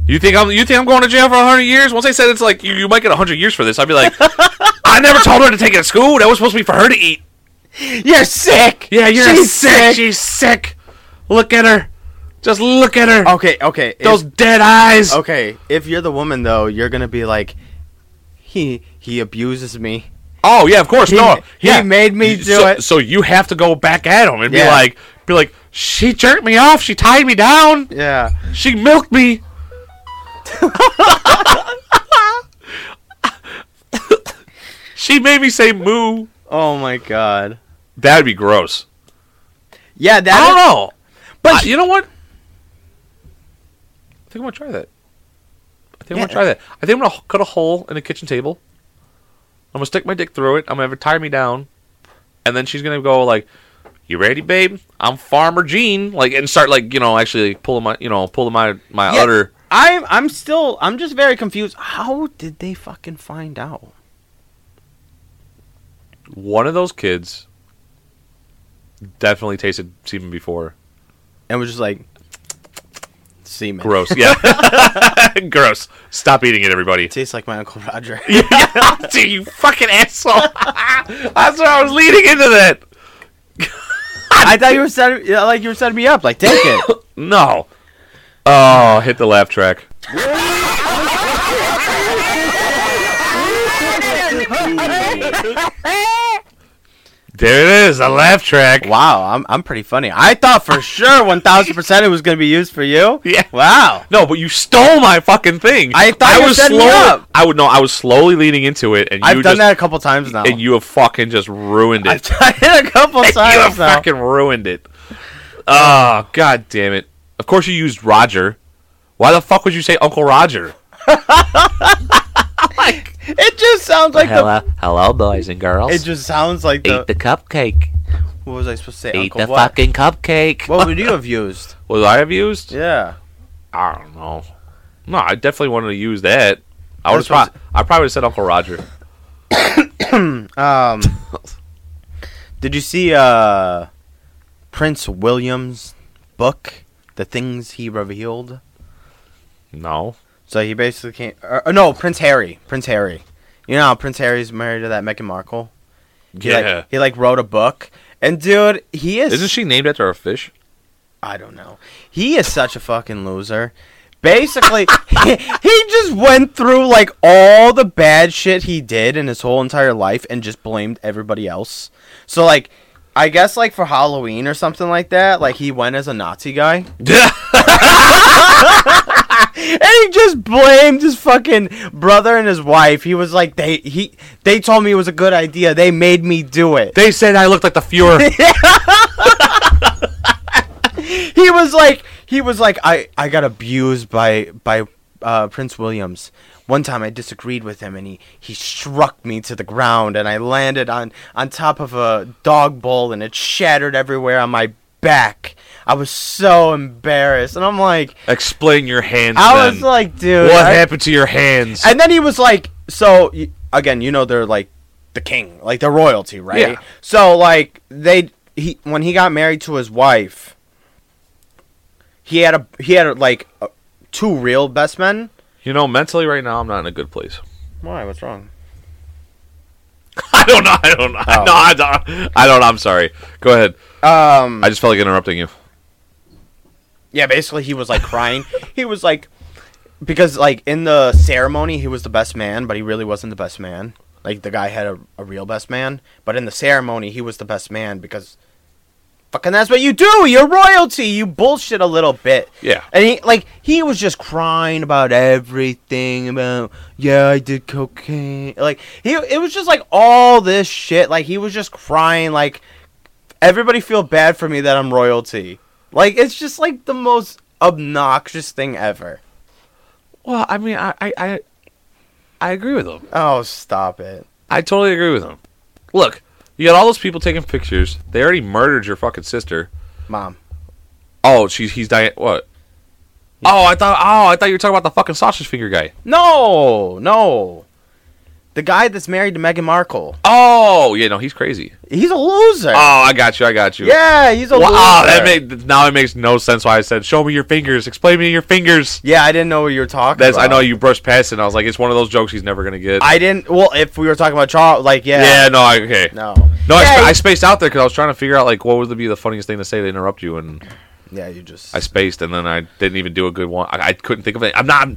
You think I'm? You think I'm going to jail for hundred years? Once they said it's like you, you might get hundred years for this, I'd be *laughs* like, I never told her to take it to school. That was supposed to be for her to eat. You're sick. *laughs* Yeah, you're She's sick. She's sick. Look at her. Just look at her. Okay, okay. if- Those dead eyes. okay, if you're the woman though, you're gonna be like, he he abuses me. Oh yeah, of course. He- no, he yeah. made me You- do so, it. So you have to go back at him and be Yeah. like, be like, she jerked me off. She tied me down. Yeah. She milked me. she made me say moo. Oh my god. That'd be gross. Yeah, that. I don't know. But But you know what? I think I'm gonna try that. I think I'm gonna Yeah. try that. I think I'm gonna h- cut a hole in the kitchen table. I'm gonna stick my dick through it. I'm gonna have her tie me down, and then she's gonna go like, "You ready, babe? I'm Farmer Gene." Like, and start like you know actually like, pulling my you know pulling my my Yeah, udder. I'm I'm still I'm just very confused. How did they fucking find out? One of those kids definitely tasted semen before. And was just like, semen. Gross. Yeah. *laughs* Gross. Stop eating it, everybody. *laughs* Tastes like my uncle Roger. *laughs* Dude, you fucking asshole. *laughs* That's where I was leading into that. I thought you were setting yeah, like you were setting me up. Like take *laughs* it. No. Oh, hit the laugh track. there it is, the laugh track. wow, I'm I'm pretty funny. I thought for sure one thousand percent it was gonna be used for you. Yeah. Wow. No, but you stole my fucking thing. I thought you were setting me slowly, up. I would no, I was slowly leading into it, and you I've done just- that a couple times now. and you have fucking just ruined I've it. done it a couple times *laughs* you have now. fucking ruined it. Oh, god damn it. Of course you used Roger. Why the fuck would you say Uncle Roger? It just sounds like the. hello, boys and girls. It just sounds like the. Eat the cupcake. what was I supposed to say? Eat Uncle the what? fucking cupcake. What would you have used? Was I have used? Yeah. I don't know. No, I definitely wanted to use that. I would That's what have pro- I probably would have said Uncle Roger. Um. did you see uh, Prince William's book, The Things He Revealed? No. So he basically came. Or, or no, Prince Harry. Prince Harry. You know how Prince Harry's married to that Meghan Markle. He yeah. Like, he like wrote a book, and dude, he is. Isn't she named after a *laughs* fish? I don't know. He is such a fucking loser. Basically, *laughs* he, he just went through like all the bad shit he did in his whole entire life and just blamed everybody else. So like I guess like for Halloween or something like that, like he went as a Nazi guy. and he just blamed his fucking brother and his wife. He was like, they he they told me it was a good idea. They made me do it. They said I looked like the Fuhrer. *laughs* he was like he was like I, I got abused by by uh, Prince Williams. One time I disagreed with him and he, he struck me to the ground and I landed on, on top of a dog bowl and it shattered everywhere on my back. I was so embarrassed and I'm like Explain your hands. I then. was like dude what I- happened to your hands? and then he was like, so y- again, you know, they're like the king, like the royalty, right? Yeah. So like they he when he got married to his wife, he had a he had like a, two real best men. you know, mentally right now, I'm not in a good place. Why? What's wrong? *laughs* I don't know. I don't know. Oh. No, I don't. I don't. I'm sorry. Go ahead. Um. I just felt like interrupting you. Yeah. Basically, he was like crying. he was like, because like in the ceremony, he was the best man, but he really wasn't the best man. Like the guy had a, a real best man, but in the ceremony, he was the best man because. Fucking that's what you do. You're royalty. You bullshit a little bit. Yeah. And he like he was just crying about everything about yeah, I did cocaine. Like he it was just like all this shit. Like he was just crying like everybody feel bad for me that I'm royalty. Like it's just like the most obnoxious thing ever. Well, I mean, I, I, I, I agree with him. Oh, stop it. I totally agree with him. Look, you got all those people taking pictures. They already murdered your fucking sister. Mom. Oh, she's he's dying. What? Oh, I thought. Oh, I thought you were talking about the fucking sausage finger guy. No, no. The guy that's married to Meghan Markle. Oh, yeah, no, he's crazy. He's a loser. Oh, I got you. I got you. yeah, he's a Wow, loser. that made now it makes no sense why I said show me your fingers, explain me your fingers. yeah, I didn't know what you were talking That's about. I know you brushed past it. and I was like, it's one of those jokes he's never gonna get. I didn't. Well, if we were talking about Charles, like yeah, yeah, no, I, okay, no, no, I, yeah, sp- I you- spaced out there because I was trying to figure out like what would be the funniest thing to say to interrupt you, and yeah, you just I spaced, and then I didn't even do a good one. I, I couldn't think of it. I'm not, I'm,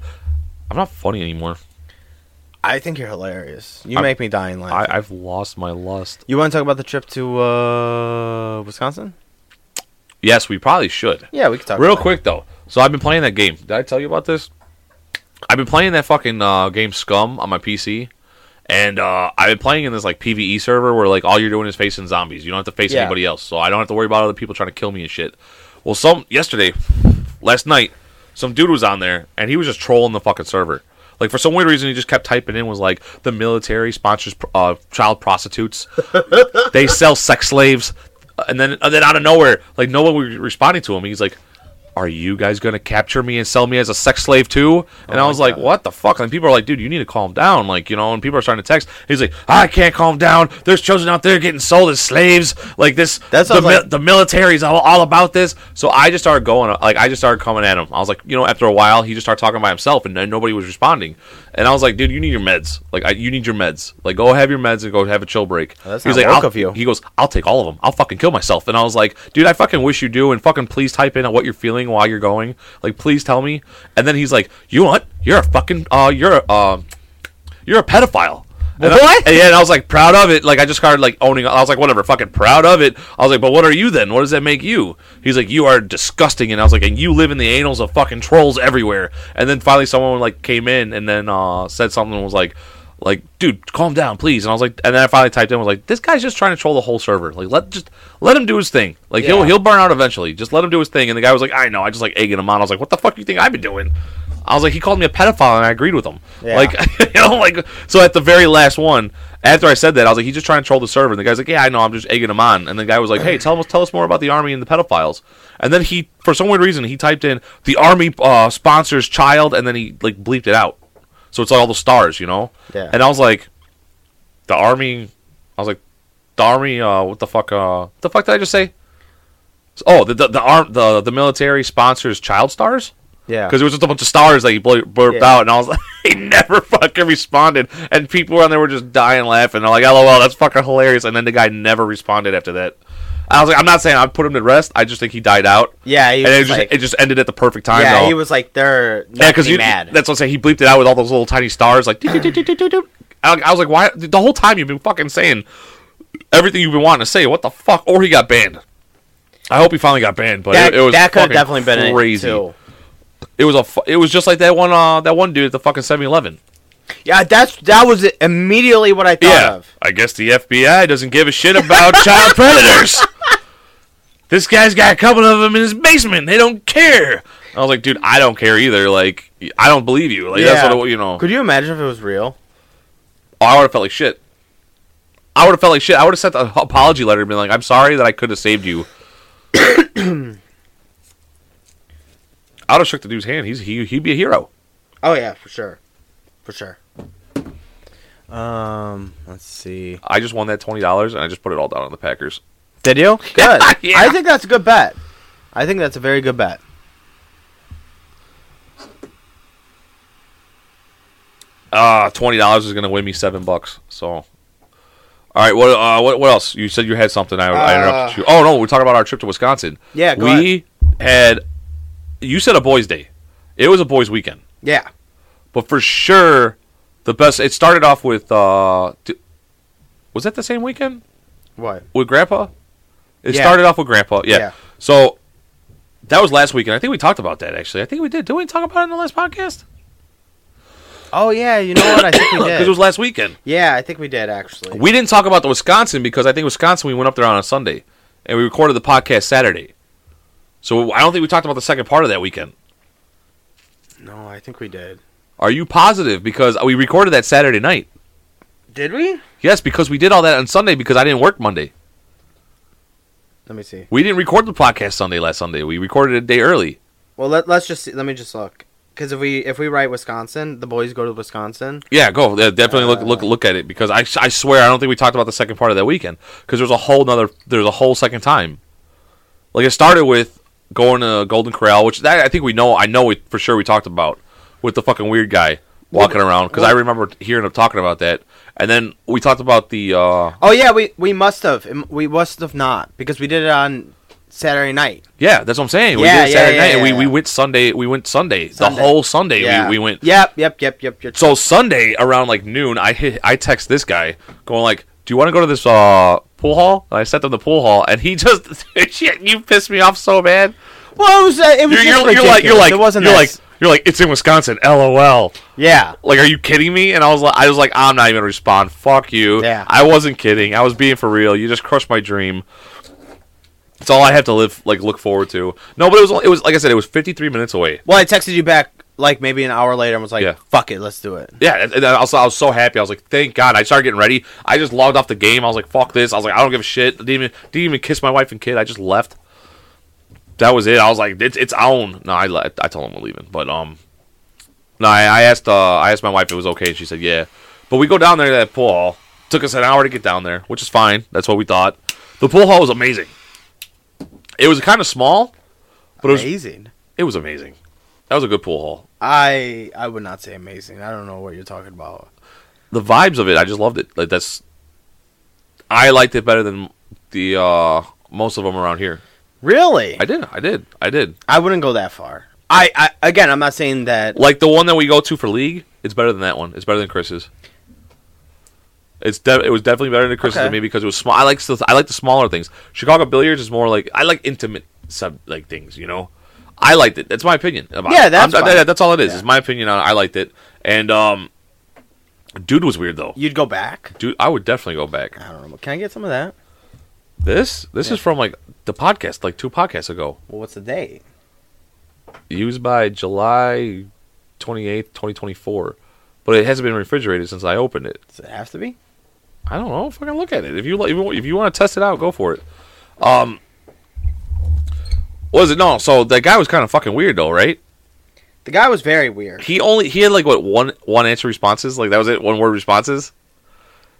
I'm not funny anymore. I think you're hilarious. You I- make me die in I, life. I've lost my lust. you want to talk about the trip to uh, Wisconsin? Yes, we probably should. Yeah, we can talk Real about quick though, so I've been playing that game. Did I tell you about this? I've been playing that fucking uh, game Scum on my PC, and uh, I've been playing in this like PVE server where like all you're doing is facing zombies. You don't have to face Yeah. anybody else, so I don't have to worry about other people trying to kill me and shit. Well, some yesterday, last night, some dude was on there and he was just trolling the fucking server. Like for some weird reason, he just kept typing in was like the military sponsors uh, child prostitutes they sell sex slaves. And then, and then out of nowhere, like no one was responding to him. He's like, "Are you guys gonna capture me and sell me as a sex slave too?" And Oh I was like, "What the fuck?" And people are like, "Dude, you need to calm down." Like you know, and people are starting to text. He's like, "I can't calm down. There's children out there getting sold as slaves. Like this, That the, sounds like- the military's all, all about this." So I just started going, like I just started coming at him. I was like, you know, after a while, he just started talking by himself, and, and nobody was responding. And I was like, "Dude, you need your meds. Like I, you need your meds. Like go have your meds and go have a chill break." Oh, that's He's not like, woke "I'll-" of you. He goes, I'll take all of them. I'll fucking kill myself. And I was like, dude, I fucking wish you do. And fucking please type in what you're feeling while you're going. Like, please tell me. And then he's like, you know what? You're a fucking, uh, you're a, uh, you're a pedophile. And I- *laughs* What? and yeah, and I was like, proud of it. Like, I just started like owning. I was like, whatever, fucking proud of it. I was like, but what are you then? What does that make you? He's like, you are disgusting. And I was like, and you live in the anals of fucking trolls everywhere. And then finally, someone like came in and then uh, said something and was like, like, dude, calm down, please. And I was like, and then I finally typed in, was like, this guy's just trying to troll the whole server. Like, let just let him do his thing. Like, he'll Yeah. he'll burn out eventually. Just let him do his thing. And the guy was like, I know. I just like egging him on. I was like, what the fuck do you think I've been doing? I was like, he called me a pedophile, and I agreed with him. Yeah. Like, *laughs* you know, like so at the very last one, after I said that, I was like, he's just trying to troll the server. And the guy's like, yeah, I know, I'm just egging him on. And the guy was like, hey, tell us, tell us more about the army and the pedophiles. And then he, for some weird reason, he typed in the army uh, sponsors child, and then he like bleeped it out. So it's like all the stars, you know. Yeah. And I was like, the army. I was like, the army. Uh, what the fuck? Uh, what the fuck did I just say? Oh, the the the, arm, the the military sponsors child stars it. yeah, because it was just a bunch of stars that he blur- burped Yeah. out, and I was *laughs* like, he never fucking responded. And people on there were just dying laughing. I'm like, lol, that's fucking hilarious. And then the guy never responded after that. I was like, I'm not saying I put him to rest. I just think he died out, yeah, he and it was just like, it just ended at the perfect time. yeah, though. he was like they're yeah, because you mad. that's what I'm saying. He bleeped it out with all those little tiny stars, like. doot, doot, doot, doot, doot, doot. I I was like, why? The whole time you've been fucking saying everything you've been wanting to say. What the fuck? Or he got banned. I hope he finally got banned, but that, it, it was that could have fucking definitely been crazy. it too. It was a. fu- It was just like that one. Uh, that one dude at the fucking 7-Eleven. Yeah, that's that was immediately what I thought of. I guess the FBI doesn't give a shit about child predators. This guy's got a couple of them in his basement. They don't care. I was like, dude, I don't care either. Like, I don't believe you. Like, that's what it, you know. Could you imagine if it was real? Oh, I would have felt like shit. I would have felt like shit. I would have sent an apology letter and been like, I'm sorry that I could have saved you. I would have shook the dude's hand. He's he he'd be a hero. Oh yeah, for sure, for sure. Um, let's see. I just won that twenty dollars and I just put it all down on the Packers. Did *laughs* you? Good. Yeah. I think that's a good bet. I think that's a very good bet. Ah, twenty dollars is gonna win me seven bucks. So, all right, what uh, what what else? You said you had something. I, I interrupted you. Oh no, we're talking about our trip to Wisconsin. Uh, Yeah, go we had. You said a boys' day. It was a boys' weekend, Yeah. but for sure, the best. It started off with. Uh, d- was that the same weekend What? with Grandpa? It Yeah. started off with Grandpa. Yeah. Yeah. So that was last weekend. I think we talked about that actually. I think we did. Did we talk about it in the last podcast? Oh yeah, you know what? I *coughs* think we Because did. it was last weekend. yeah, I think we did actually. We didn't talk about the Wisconsin because I think Wisconsin we went up there on a Sunday and we recorded the podcast Saturday. So I don't think we talked about the second part of that weekend. no, I think we did. Are you positive? Because we recorded that Saturday night. Did we? Yes, because we did all that on Sunday because I didn't work Monday. Let me see. We didn't record the podcast Sunday last Sunday. We recorded it a day early. Well, let, let's just see. let me just look because if we if we write Wisconsin, the boys go to Wisconsin. Yeah, go. Yeah, definitely look look look at it because I, I swear I don't think we talked about the second part of that weekend because there's a whole nother there's a whole second time. Like it started with going to Golden Corral, which that, I think we know I know we, for sure we talked about with the fucking weird guy walking around because I remember hearing him talking about that, and then we talked about the uh, Oh yeah, we we must have we must have not because we did it on Saturday night. yeah that's what I'm saying. Yeah, we did it yeah, Saturday yeah, night and yeah. we, we went Sunday we went Sunday, Sunday. the whole Sunday Yeah. we, we went Yep, yep, yep, yep, yep. So Sunday around like noon, I hit, I text this guy going like, "Do you want to go to this uh, pool hall?" And I sent him the pool hall, and he *laughs* just shit, you pissed me off so bad. well, it was uh, it was You're, just you're, you're like you're ridiculous. like it wasn't you're that like s- you're like it's in Wisconsin, lol. yeah. Like, are you kidding me? And I was like, I was like, I'm not even gonna respond. Fuck you. Yeah. I wasn't kidding. I was being for real. You just crushed my dream. It's all I have to live like look forward to. No, but it was only- it was like I said, it was 53 minutes away. Well, I texted you back like maybe an hour later and was like, Yeah. "Fuck it, let's do it." Yeah, and and I was, I was so happy. I was like, thank God. I started getting ready. I just logged off the game. I was like, fuck this. I was like, I don't give a shit. Didn't even, didn't even kiss my wife and kid. I just left. That was it. I was like, it's it's on. No, I le- I told him we're leaving, but um, no, I, I asked uh I asked my wife if it was okay, and she said yeah. But we go down there to that pool hall. Took us an hour to get down there, which is fine. That's what we thought. The pool hall was amazing. It was kind of small, but it was Amazing. it was amazing. That was a good pool hall. I I would not say amazing. I don't know what you're talking about. the vibes of it, I just loved it. Like that's, I liked it better than the uh most of them around here. Really? I did, I did, I did. I wouldn't go that far. I, I again, I'm not saying that. Like the one that we go to for league, it's better than that one. It's better than Chris's. It's de- it was definitely better than Chris's, Okay. to me because it was small. I like the- I like the smaller things. Chicago Billiards is more like I like intimate sub like things. You know, I liked it. That's my opinion. About Yeah, it. that's I'm- fine. that- that's all it is. Yeah. It's my opinion on. it. I liked it, and um, dude was weird though. You'd go back. Dude, I would definitely go back. I don't know. Can I get some of that? This this is from like the podcast, like two podcasts ago. Well, what's the date? Used by July twenty eighth, twenty twenty four. But it hasn't been refrigerated since I opened it. Does it have to be? I don't know. Fucking look at it. If you li- if you- if you want to test it out, go for it. Um, was it no? So that guy was kind of fucking weird though, right? The guy was very weird. He only he had like what one one answer responses. Like that was it. One word responses.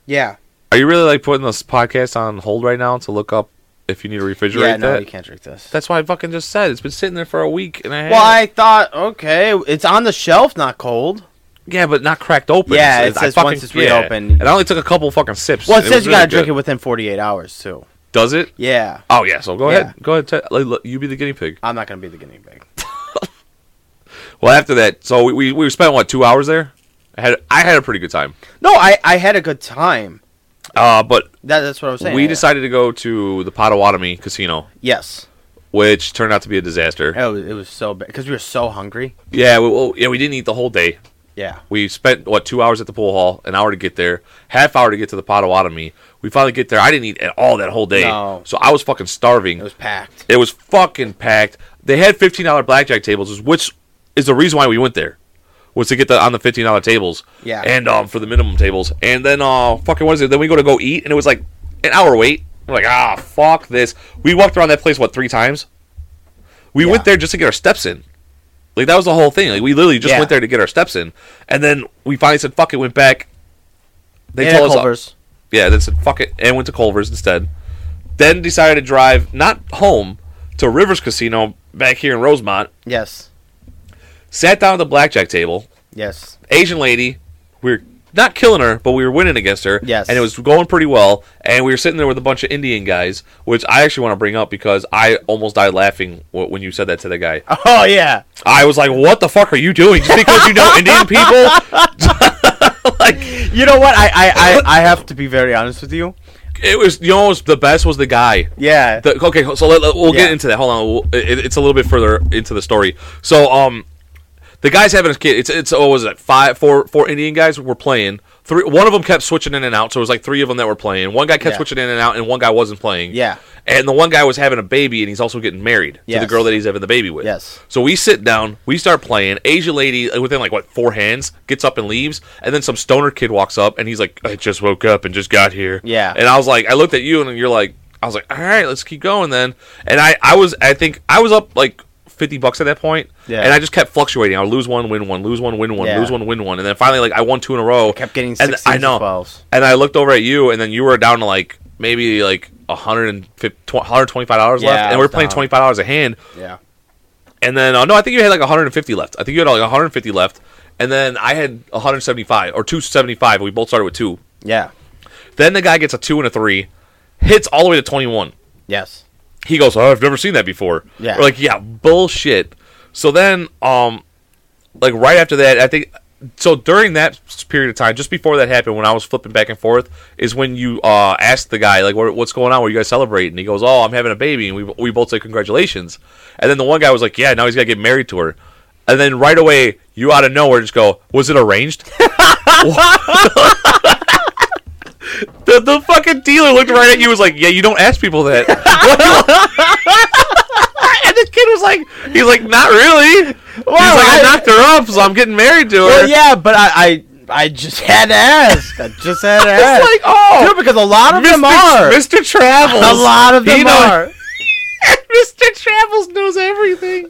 Yeah. Are you really like putting this podcast on hold right now to look up if you need to refrigerate Yeah. No, that? you can't drink this. That's why I fucking just said it's been sitting there for a week and a half. Well, I thought okay, it's on the shelf, not cold. Yeah, but not cracked open. Yeah, So it it's- I says fucking- once it's yeah. reopened- And I only took a couple fucking sips. Well, it, says was you really gotta drink good. it within 48 hours too. Does it? Yeah. Oh yeah. So go Yeah. ahead. Go ahead. Te- like, look, you be the guinea pig. I'm not gonna be the guinea pig. Well, after that, so we we, we spent what two hours there. I had I had a pretty good time. No, I I had a good time. Uh, but That, that's what I was saying. we yeah. decided to go to the Potawatomi Casino, Yes. which turned out to be a disaster. It was, it was so bad because we were so hungry. Yeah, we, well, yeah, we didn't eat the whole day. Yeah. We spent what two hours at the pool hall, an hour to get there, half hour to get to the Potawatomi. We finally get there. I didn't eat at all that whole day, No. so I was fucking starving. It was packed. It was fucking packed. They had fifteen dollar blackjack tables, which is the reason why we went there, was to get the on the fifteen dollar tables. Yeah. And um for the minimum tables, and then uh fucking what is it? Then we go to go eat, and it was like an hour wait. We're like, ah, fuck this. We walked around that place what three times. We Yeah. went there just to get our steps in. Like that was the whole thing. Like we literally just Yeah. went there to get our steps in, and then we finally said, "Fuck it," went back. They And told us uh, Culver's. yeah, then said fuck it and went to Culver's instead. Then decided to drive not home to Rivers Casino back here in Rosemont. Yes. Sat down at the blackjack table. Yes. Asian lady, we were not killing her, but we were winning against her. Yes. and it was going pretty well. And we were sitting there with a bunch of Indian guys, which I actually want to bring up because I almost died laughing wh- when you said that to the guy. *laughs* Oh yeah. I was like, "What the fuck are you doing?" Just because you know Indian people, *laughs* You know what? I I, I, I have to be very honest with you. it was you know what was the best was the guy. Yeah. The, okay, so let, let- we'll Yeah. get into that. Hold on, We'll- it, it's a little bit further into the story. So, um, the guys having a kid. It's it's oh, what was it five, four, four Indian guys were playing. Three, one of them kept switching in and out. So it was like three of them that were playing. One guy kept Yeah. switching in and out, and one guy wasn't playing. Yeah. And the one guy was having a baby, and he's also getting married to Yes. the girl that he's having the baby with. Yes. So we sit down, we start playing. Asian lady uh, within like what four hands gets up and leaves, and then some stoner kid walks up, and he's like, "I just woke up and just got here." Yeah. And I was like, I looked at you, and you're like, I was like, all right, let's keep going then. And I, I was, I think I was up like fifty bucks at that point. Yeah. And I just kept fluctuating. I would lose one, win one, lose one, win one, Yeah. lose one, win one, and then finally like I won two in a row. Kept getting and 16s and 12s. And I looked over at you, and then you were down to like maybe like. $125 dollars left, Yeah, I and we we're was playing down. twenty five dollars a hand. Yeah. And then uh, no, I think you had like 150 left. I think you had like 150 left, and then I had 175 or 275. We both started with two. Yeah. Then the guy gets a two and a three, hits all the way to 21. Yes. He goes, "Oh, I've never seen that before." Yeah. We're like, yeah, bullshit. So then, um, like right after that, I think. So during that s- period of time, just before that happened, when I was flipping back and forth, is when you uh, asked the guy like, what, "What's going on? What are you guys celebrating?" And he goes, "Oh, I'm having a baby," and we we both say congratulations. And then the one guy was like, "Yeah, now he's got to get married to her." And then right away, you out of nowhere just go, "Was it arranged?" The, the fucking dealer looked right at you and was like, Yeah, you don't ask people that. *laughs* and the kid was like, He's like, Not really. he's Well, like, I, I- knocked her up, so I'm getting married to her. Well, yeah, but I, I I just *laughs* had to ask. I just had *laughs* to ask. It's like, oh, Dude, because a lot of them are. Mr. Mr. Travels. *laughs* A lot of He them knows- are. *laughs* Mr. Travels knows everything.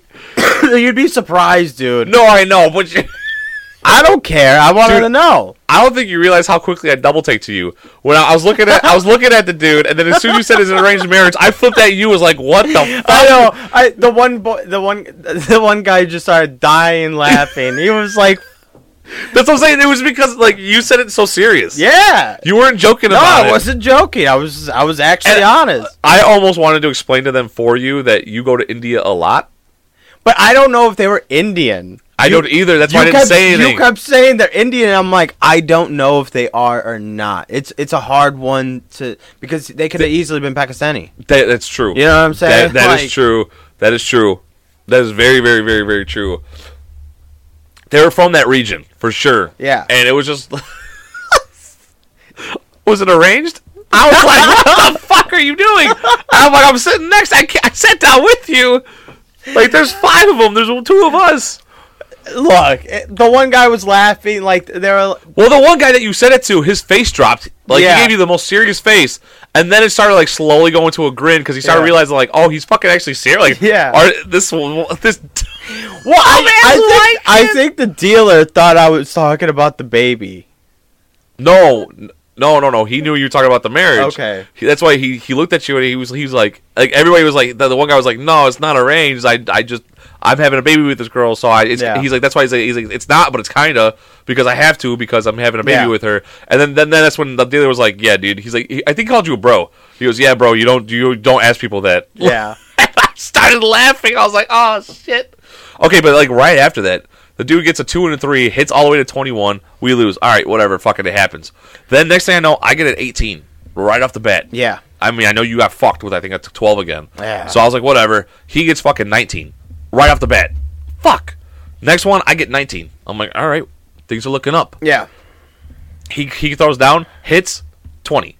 You'd be surprised, dude. No, I know, but *laughs* you, I don't care. I wanted Dude. to know. I don't think you realize how quickly I double take to you. When I, I was looking at I was looking at the dude, and then as soon as you said it's an arranged marriage, I flipped at you was like, What *laughs* the fuck? I know. I the one boy, the one, *laughs* the one guy just started dying laughing. He was like, That's what I'm saying. It was because like you said it so serious. "Yeah, You weren't joking no, about it. I wasn't joking. I was, I was actually And- honest." I almost wanted to explain to them for you that you go to India a lot. But I don't know if they were Indian. I don't either. That's why I didn't kept, say anything. You kept saying they're Indian. And I'm like, I don't know if they are or not. It's it's a hard one to because they could have easily been Pakistani. That- that's true. You know what I'm saying? That, that is Like- true. That is true. That is very, very, very, very true. They were from that region for sure. Yeah. and it was just *laughs* was it arranged? *laughs* I was like, what the fuck are you doing? I'm like, I'm sitting next. I, can't, I sat down with you. Like, there's five of them. There's two of us. Look, it- the one guy was laughing like they were. Well, the one guy that you said it to, his face dropped. Like Yeah. he gave you the most serious face, and then it started like slowly going to a grin because he started Yeah. realizing like, oh, he's fucking actually serious. Like, Yeah. are, this *laughs* will- this. Well, I, man, I think like I think the dealer thought I was talking about the baby. No, n- no, no, no. He knew you were talking about the marriage. Okay. He- that's why he he looked at you and he was he was like like everybody was like the, the one guy was like no, it's not arranged. I I just. I'm having a baby with this girl, so I. It's, Yeah. He's like, that's why he's like, he's like, it's not, but it's kinda because I have to because I'm having a baby Yeah. with her. And then, then, then that's when the dealer was like, yeah, dude. He's like, he, I think he called you a bro. He goes, yeah, bro. You don't you don't ask people that. Yeah, *laughs* I started laughing. I was like, oh shit. Okay, but like right after that, the dude gets a two and a three, hits all the way to twenty one. We lose. All right, whatever. Fucking it happens. Then next thing I know, I get an eighteen right off the bat. yeah. I mean, I know you got fucked with. I think that's twelve again. Yeah. So I was like, whatever. He gets fucking nineteen right off the bat. Fuck. Next one, I get nineteen. I'm like, all right, things are looking up. Yeah. He he throws down, hits twenty.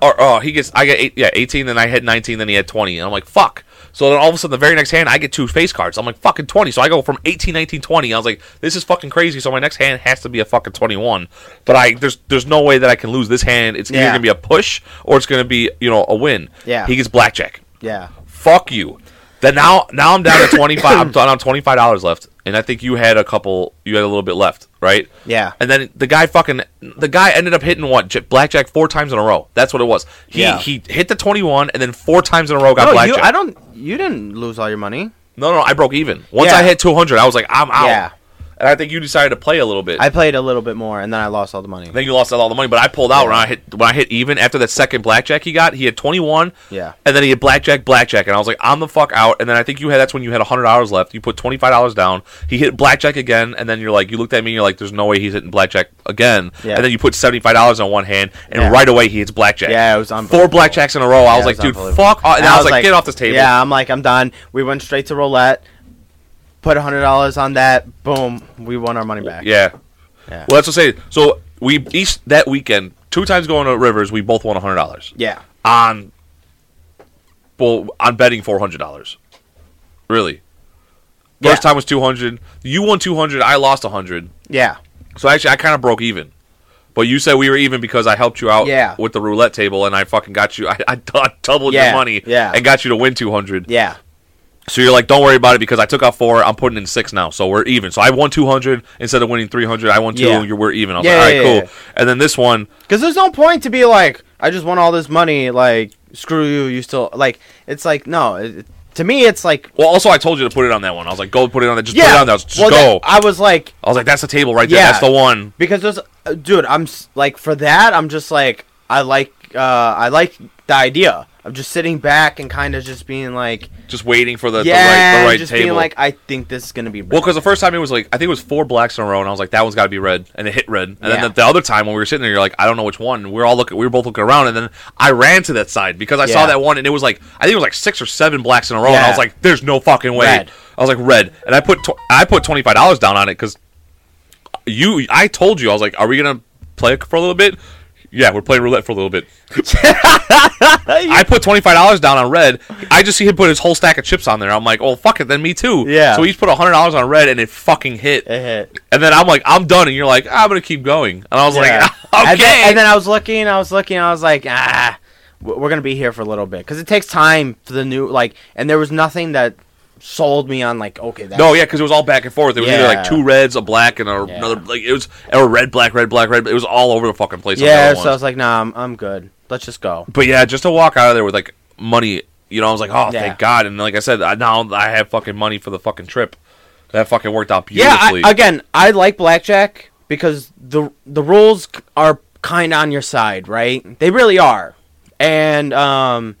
Or oh, he gets I get eight, yeah eighteen, then I hit nineteen, then he had twenty, and I'm like fuck. So then all of a sudden, the very next hand, I get two face cards. I'm like fucking twenty. So I go from 18, 19, 20. I was like, this is fucking crazy. So my next hand has to be a fucking twenty one. But I there's there's no way that I can lose this hand. It's either Yeah. gonna be a push or it's gonna be you know a win. Yeah. He gets blackjack. Yeah. Fuck you. Then now now I'm down *coughs* to twenty five. I'm down on twenty five dollars left, and I think you had a couple. You had a little bit left, right? Yeah. And then the guy fucking the guy ended up hitting what j- blackjack four times in a row. That's what it was. He Yeah. he hit the twenty one, and then four times in a row got No, you, blackjack. I don't. You didn't lose all your money. no, no, I broke even. Once Yeah. I hit two hundred, I was like, I'm out. Yeah. And I think you decided to play a little bit. I played a little bit more, and then I lost all the money. Then you lost all the money, but I pulled out when I hit when I hit even after that second blackjack he got. He had twenty one, Yeah. and then he had blackjack, blackjack, and I was like, I'm the fuck out. And then I think you had that's when you had hundred dollars left. You put twenty five dollars down. He hit blackjack again, and then you're like, you looked at me, and you're like, there's no way he's hitting blackjack again. Yeah. And then you put seventy five dollars on one hand, and Yeah. right away he hits blackjack. Yeah, it was four unbelievable. blackjacks in a row. I Yeah, was it like, was dude, unbelievable. fuck. off. And I was like, get off this table. Yeah, I'm like, I'm done. We went straight to roulette. Put hundred dollars on that. Boom, we won our money back. Yeah. Yeah. Well, that's what I say. So we each that weekend, two times going to Rivers, we both won hundred dollars. yeah, on well on betting four hundred dollars. Really, Yeah. first time was two hundred. You won two hundred. I lost hundred. yeah. So actually, I kind of broke even. But you said we were even because I helped you out Yeah. with the roulette table, and I fucking got you. *laughs* I, I d- doubled Yeah, your money yeah. and got you to win two hundred. yeah. So you're like, don't worry about it because I took out four. I'm putting in six now, so we're even. So I won two hundred instead of winning three hundred. I won two. Yeah. You're, we're even. I was Yeah, like, all right, yeah, cool. yeah, And then this one, Because there's no point to be like, I just won all this money. Like, screw you. You still like. It's like no. It, it- to me, it's like well, also I told you to put it on that one. I was like, go put it on that. Just yeah. put it on that. Just well, go. that- I was like, I was like, that's the table right there. Yeah. That's the one. because there's, uh, dude. I'm s- like for that. I'm just like, I like, uh, I like the idea. of just sitting back and kind of just being like, Just waiting for the, yeah, the right, the right just table. being like, I think this is gonna be. well, because the first time it was like, I think it was four blacks in a row, and I was like, that one's got to be red, and it hit red. And then Yeah. the, the other time when we were sitting there, you're like, I don't know which one. And we were all looking, we were both looking around, and then I ran to that side because I saw Yeah. that one, and it was like, I think it was like six or seven blacks in a row, and I Yeah. was like, there's no fucking way. Red. I was like, red, and I put tw- I put twenty five dollars down on it because you, I told you, I was like, are we gonna play for a little bit? Yeah, we're playing roulette for a little *laughs* bit. I put twenty five dollars down on red. I just see him put his whole stack of chips on there. I'm like, oh fuck it, then me too. Yeah. So we each put hundred dollars on red, and it fucking hit. It hit. And then I'm like, I'm done, and you're like, I'm gonna keep going. And I was Yeah. like, *laughs* okay. And then, and then I was looking, I was looking, I was like, ah, w- we're gonna be here for a little bit because it takes time for the new like, and there was nothing that sold me on like, okay, that's, no, yeah, because it was all back and forth. It was either Yeah. like two reds, a black, and a, Yeah. another like it was or red, black, red, black, red. It was all over the fucking place. on the yeah. other So ones. I was like, nah, I'm, I'm good. Let's just go. But yeah, just to walk out of there with like money, you know, I was like, oh, Yeah. thank God. And like I said, I, now I have fucking money for the fucking trip. That fucking worked out Yeah. beautifully. I, again, I like blackjack because the the rules c- are kind of on your side, right? They really are. And um,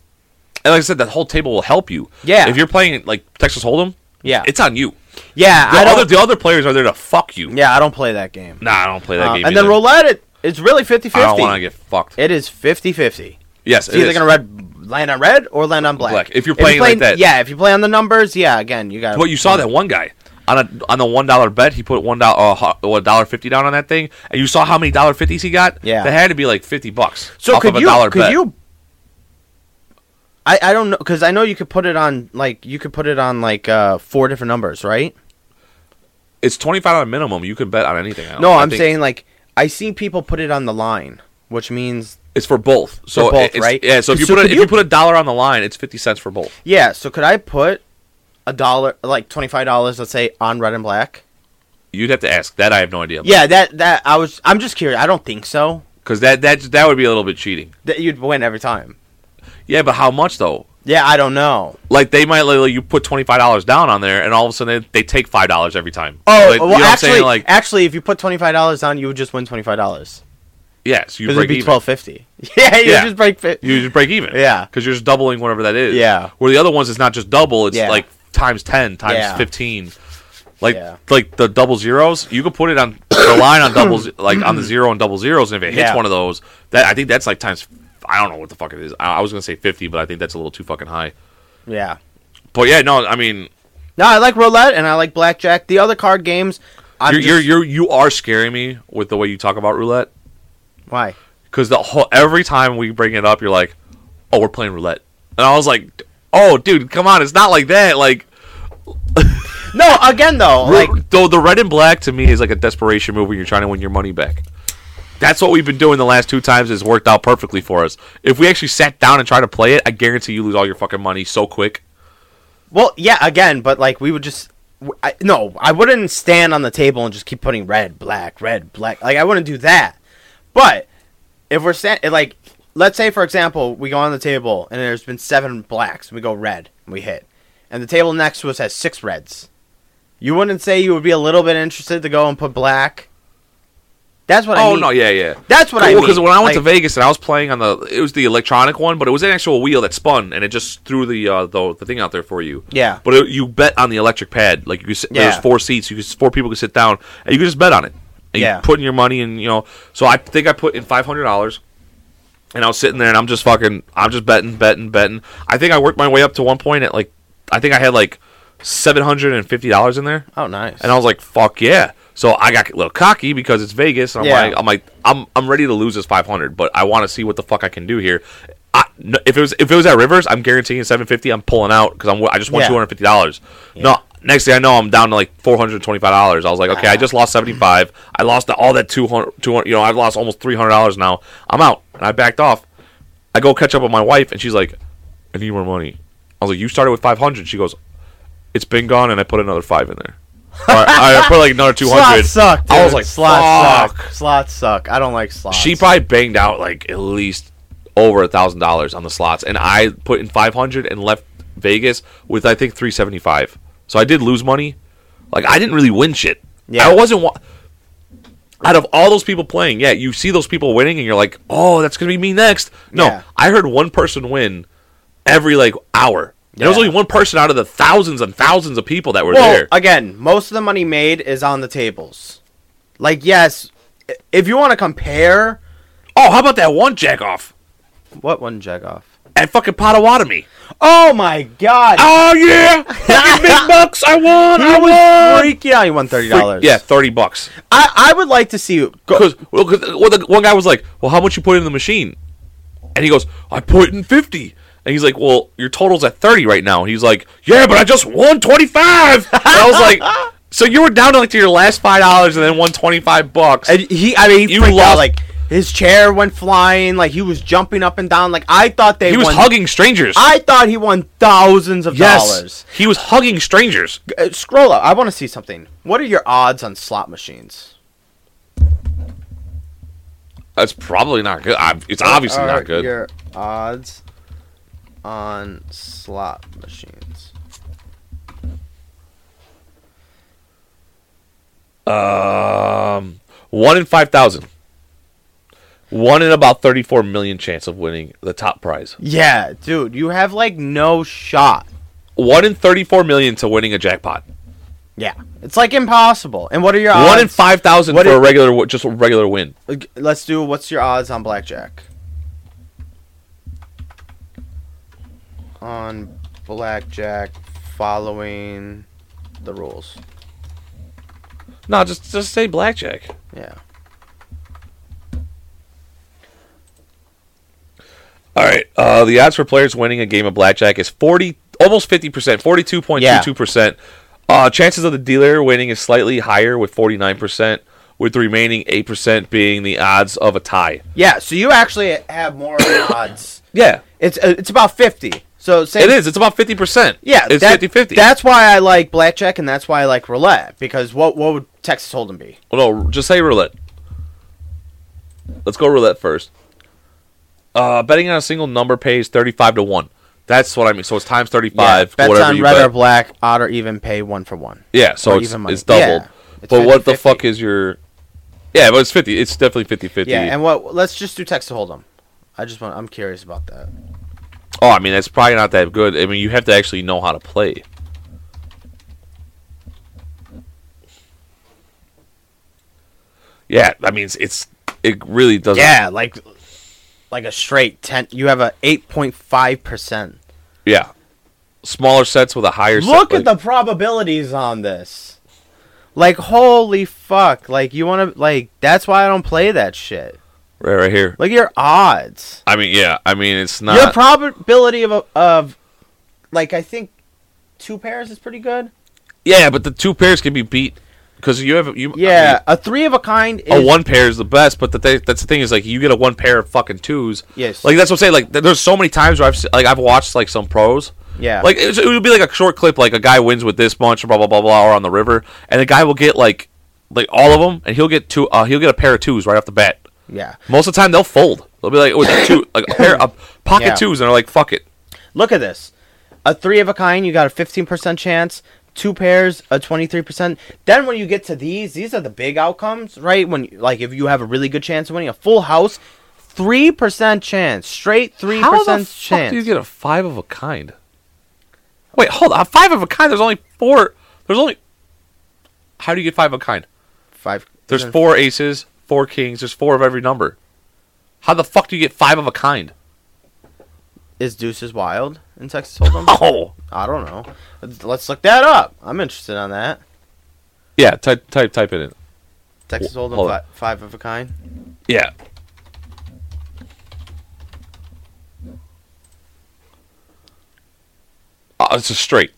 and like I said, that whole table will help you. Yeah. If you're playing like Texas Hold'em, Yeah. it's on you. yeah, The I don't. other the other players are there to fuck you. yeah, I don't play that game. Nah, I don't play that Uh, game. and then either. roulette, it, it's really 50-50. I don't want to get fucked. It is 50-50. yes, It's it either is. gonna red land on red or land on black. Black. If you're playing like that. yeah. If you play on the numbers, yeah. Again, you got. But you saw that one guy on a on the one dollar bet. He put one dollar uh, dollar fifty down on that thing, and you saw how many dollar fifties he got. Yeah. that had to be like fifty bucks. So off could of a you? dollar Could bet. you? I, I don't know because I know you could put it on like you could put it on like uh, four different numbers, right? It's twenty five dollar minimum. You can bet on anything. I don't- No, I I'm think- saying like I see people put it on the line, which means It's for both. So both, it's- right? Yeah. So if you So put a, could if you- you put a dollar on the line, it's fifty cents for both. yeah. So could I put a dollar, like twenty five dollars, let's say, on red and black? You'd have to ask that. I have no idea. Yeah, that that I was. I'm just curious. I don't think so. Because that that that would be a little bit cheating. That you'd win every time. Yeah, but how much though? Yeah, I don't know. Like they might literally you put twenty five dollars down on there, and all of a sudden they, they take five dollars every time. Oh, Like, you well, know what I'm actually, saying? Like actually, if you put twenty five dollars on, you would just win twenty five dollars. yeah, so you Because it'd break be even. twelve fifty. *laughs* Yeah, you Yeah. would just break. Fi- You just break even. Yeah. because you're just doubling whatever that is. Yeah. Where the other ones, it's not just double; it's Yeah. like times ten, times Yeah. fifteen. Like Yeah. like the double zeros, you could put it on the line on doubles, like on the zero and double zeros, and if it hits Yeah. one of those, that I think that's like times. I don't know what the fuck it is. I, I was gonna say fifty, but I think that's a little too fucking high. Yeah. But yeah, no, I mean, No, I like roulette and I like blackjack. The other card games, I'm you're, just, you're you're you are scaring me with the way you talk about roulette why? because the whole every time we bring it up, you're like, oh, we're playing roulette, and I was like, oh, dude, come on, it's not like that. Like, No, again though, like like though the red and black to me is like a desperation move when you're trying to win your money back. That's what we've been doing the last two times. It's worked out perfectly for us. If we actually sat down and tried to play it, I guarantee you lose all your fucking money so quick. well, yeah, again, but like we would just w I no, I wouldn't stand on the table and just keep putting red, black, red, black. Like I wouldn't do that. But if we're stand like let's say for example, we go on the table and there's been seven blacks, we go red, and we hit. And the table next to us has six reds. You wouldn't say you would be a little bit interested to go and put black? That's what I oh mean. no, yeah, yeah. That's what I mean. Because when I went to Like- Vegas and I was playing on the, it was the electronic one, but it was an actual wheel that spun and it just threw the uh, the, the thing out there for you. Yeah. But it, you bet on the electric pad. Like you, could sit, there's Yeah. four seats. You could, four people could sit down and you could just bet on it. And Yeah. You put in your money and you know. So I think I put in five hundred dollars. And I was sitting there and I'm just fucking, I'm just betting, betting, betting. I think I worked my way up to one point at like, I think I had like seven hundred and fifty dollars in there. Oh, nice. And I was like, "Fuck yeah!" So I got a little cocky because it's Vegas. And I'm Yeah. like, I'm like, I'm I'm ready to lose this 500, but I want to see what the fuck I can do here. I, no, if it was if it was at Rivers, I'm guaranteeing 750. I'm pulling out because I'm I just won Yeah. 250 dollars. No, next thing I know, I'm down to like 425 dollars. I was like, Uh-huh. okay, I just lost 75. I lost all that 200, 200 you know, I've lost almost 300 dollars now. I'm out, and I backed off. I go catch up with my wife, and she's like, "I need more money." I was like, "You started with 500." She goes, "It's been gone," and I put another five in there. Or I I put like another 200. Slots suck. Dude. I was like, slots "Fuck." suck. Slots suck. I don't like slots. She probably banged out like at least over a thousand dollars on the slots, and I put in 500 and left Vegas with I think 375. So I did lose money. Like I didn't really win shit. Yeah. I wasn't. Wa- out of all those people playing, yeah, you see those people winning, and you're like, "Oh, that's gonna be me next." No, Yeah. I heard one person win every like hour. There was Yeah. only one person out of the thousands and thousands of people that were Well, there. again, most of the money made is on the tables. Like, yes, i- if you want to compare, oh, how about that one jack off what one jag off? at fucking Potawatomi? Oh my god! Oh yeah, fucking *laughs* big bucks! I won! I won! Freak yeah, you won thirty dollars. Yeah, thirty bucks. I, I would like to see you. Go, Because well, 'cause, well, the one guy was like, "Well, how much you put in the machine?" And he goes, "I put in 50. And he's like, "Well, your total's at thirty right now." And he's like, "Yeah, but I just won twenty five. And I was like, *laughs* "So you were down to like to your last five dollars and then won twenty five bucks." and he, I mean, he You freaked lost- out. Like his chair went flying. Like he was jumping up and down. Like I thought they he was won- hugging strangers. I thought he won thousands of yes, dollars. he was hugging strangers. Uh, scroll up. I want to see something. What are your odds on slot machines? That's probably not good. I, it's obviously are not good. Your odds on slot machines. Um, one in five thousand. One in about thirty-four million chance of winning the top prize. Yeah, dude, you have like no shot. One in thirty-four million to winning a jackpot. Yeah, it's like impossible. And what are your odds? One in five thousand for What a if- regular, w- just a regular win. Like, Let's do. What's your odds on blackjack? On blackjack, following the rules. No, just just say blackjack. Yeah. All right. Uh, the odds for players winning a game of blackjack is forty, almost fifty percent, forty-two point two two percent. Uh, chances of the dealer winning is slightly higher with forty-nine percent, with the remaining eight percent being the odds of a tie. Yeah. So you actually have more *coughs* odds. Yeah, It's uh, it's about fifty. So say it is. It's about fifty percent. Yeah, it's that- 50-50. That's why I like blackjack, and that's why I like roulette. Because what what would Texas Hold'em be? Well, no, just say roulette. Let's go roulette first. Uh, betting on a single number pays thirty-five to one. That's what I mean. So it's times thirty-five. bets whatever on you red bet. or black, odd or even, pay one for one. Yeah, or so it's, even money. it's doubled. Yeah, it's but what the 50-50. fuck is your? Yeah, but it's fifty. It's definitely 50-50. Yeah, and what? Let's just do Texas Hold'em. I just want. I'm curious about that. oh, I mean that's probably not that good. I mean you have to actually know how to play. Yeah, I mean it's, it's it really doesn't. Yeah, like like a straight ten. You have a eight point five percent. Yeah. Smaller sets with a higher Look set, at the probabilities on this. Like holy fuck! Like you want to like that's why I don't play that shit. the right, right here. Look at your odds. I mean, yeah. I mean, it's Your not probability of a, of like I think two pairs is pretty good. Yeah, but the two pairs can be beat because you have you. I Yeah, a three of a kind. Is, mean, a one pair is the best, but the th- that's the thing is like you get a one pair of fucking twos. Yes. Like that's what I'm saying. Like th- there's so many times where I've se- like I've watched like some pros. Yeah. Like it, was- it would be like a short clip, like a guy wins with this bunch, blah blah blah blah, or on the river, and the guy will get like like all of them, and he'll get two. Uh, he'll get a pair of twos right off the bat. yeah. Most of the time they'll fold. They'll be like, oh, it's a two, like a pair of pocket *laughs* Yeah. twos, and they're like, fuck it. Look at this. A three of a kind, you got a 15% chance. Two pairs, a 23%. Then when you get to these, these are the big outcomes, right? When like if you have a really good chance of winning a full house, 3% chance, straight 3% How the fuck chance. do you get a five of a kind? Wait, hold on. Five of a kind. There's only four. There's only. How do you get five of a kind? Five. There's four aces, four kings. There's four of every number. How the fuck do you get five of a kind? Is deuces wild in *laughs* Texas Hold'em? Oh, I don't know. Let's look that up. I'm interested on that. yeah. Type type type it in. Texas Hold Hold'em on. fi- five of a kind. Yeah. Uh, it's a straight.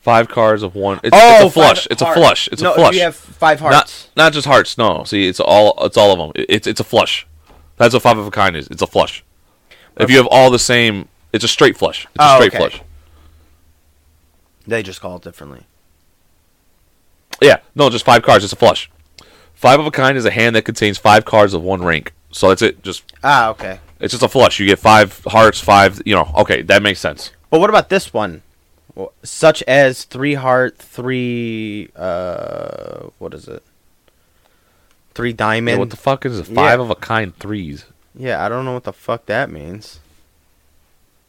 Five cards of one. It's, it's a Oh, five flush. It's a heart. flush. It's no, a flush. You have five hearts. Not not just hearts. No, see, it's all it's all of them. It's it's a flush. That's what five of a kind is. It's a flush. If you have all the same, it's a straight flush. It's a Oh, straight okay. flush. They just call it differently. Yeah, no, just five cards. It's a flush. Five of a kind is a hand that contains five cards of one rank. So that's it. Just Ah, okay. it's just a flush. You get five hearts, five. You know, okay, that makes sense. But what about this one? Well, Such as three heart, three uh, what is it? Three diamond. Yeah, Yeah, what the fuck is a five yeah. of a kind threes? I don't know what the fuck that means.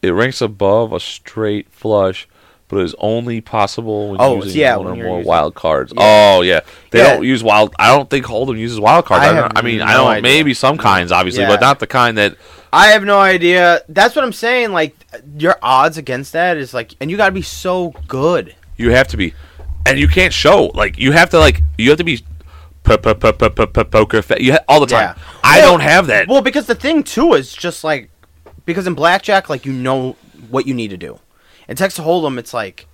It ranks above a straight flush, but it is only possible when Oh, using yeah, one when or you're more using- wild cards. Yeah. Oh, yeah. They Yeah. don't use wild. I don't think Hold'em uses wild cards. I I, don't- have I mean, I no don't. idea. Maybe some kinds, obviously, Yeah. but not the kind that. I have no idea. That's what I'm saying. Like your odds against that is like, and you got to be so good. You have to be, and you can't show. Like you have to like you have to be p- p- p- p- p- p- poker fa- you ha- all the time. Yeah. I Well- don't have that. Well, because the thing too is just like, because in blackjack, like you know what you need to do. In Texas Hold'em, it's like,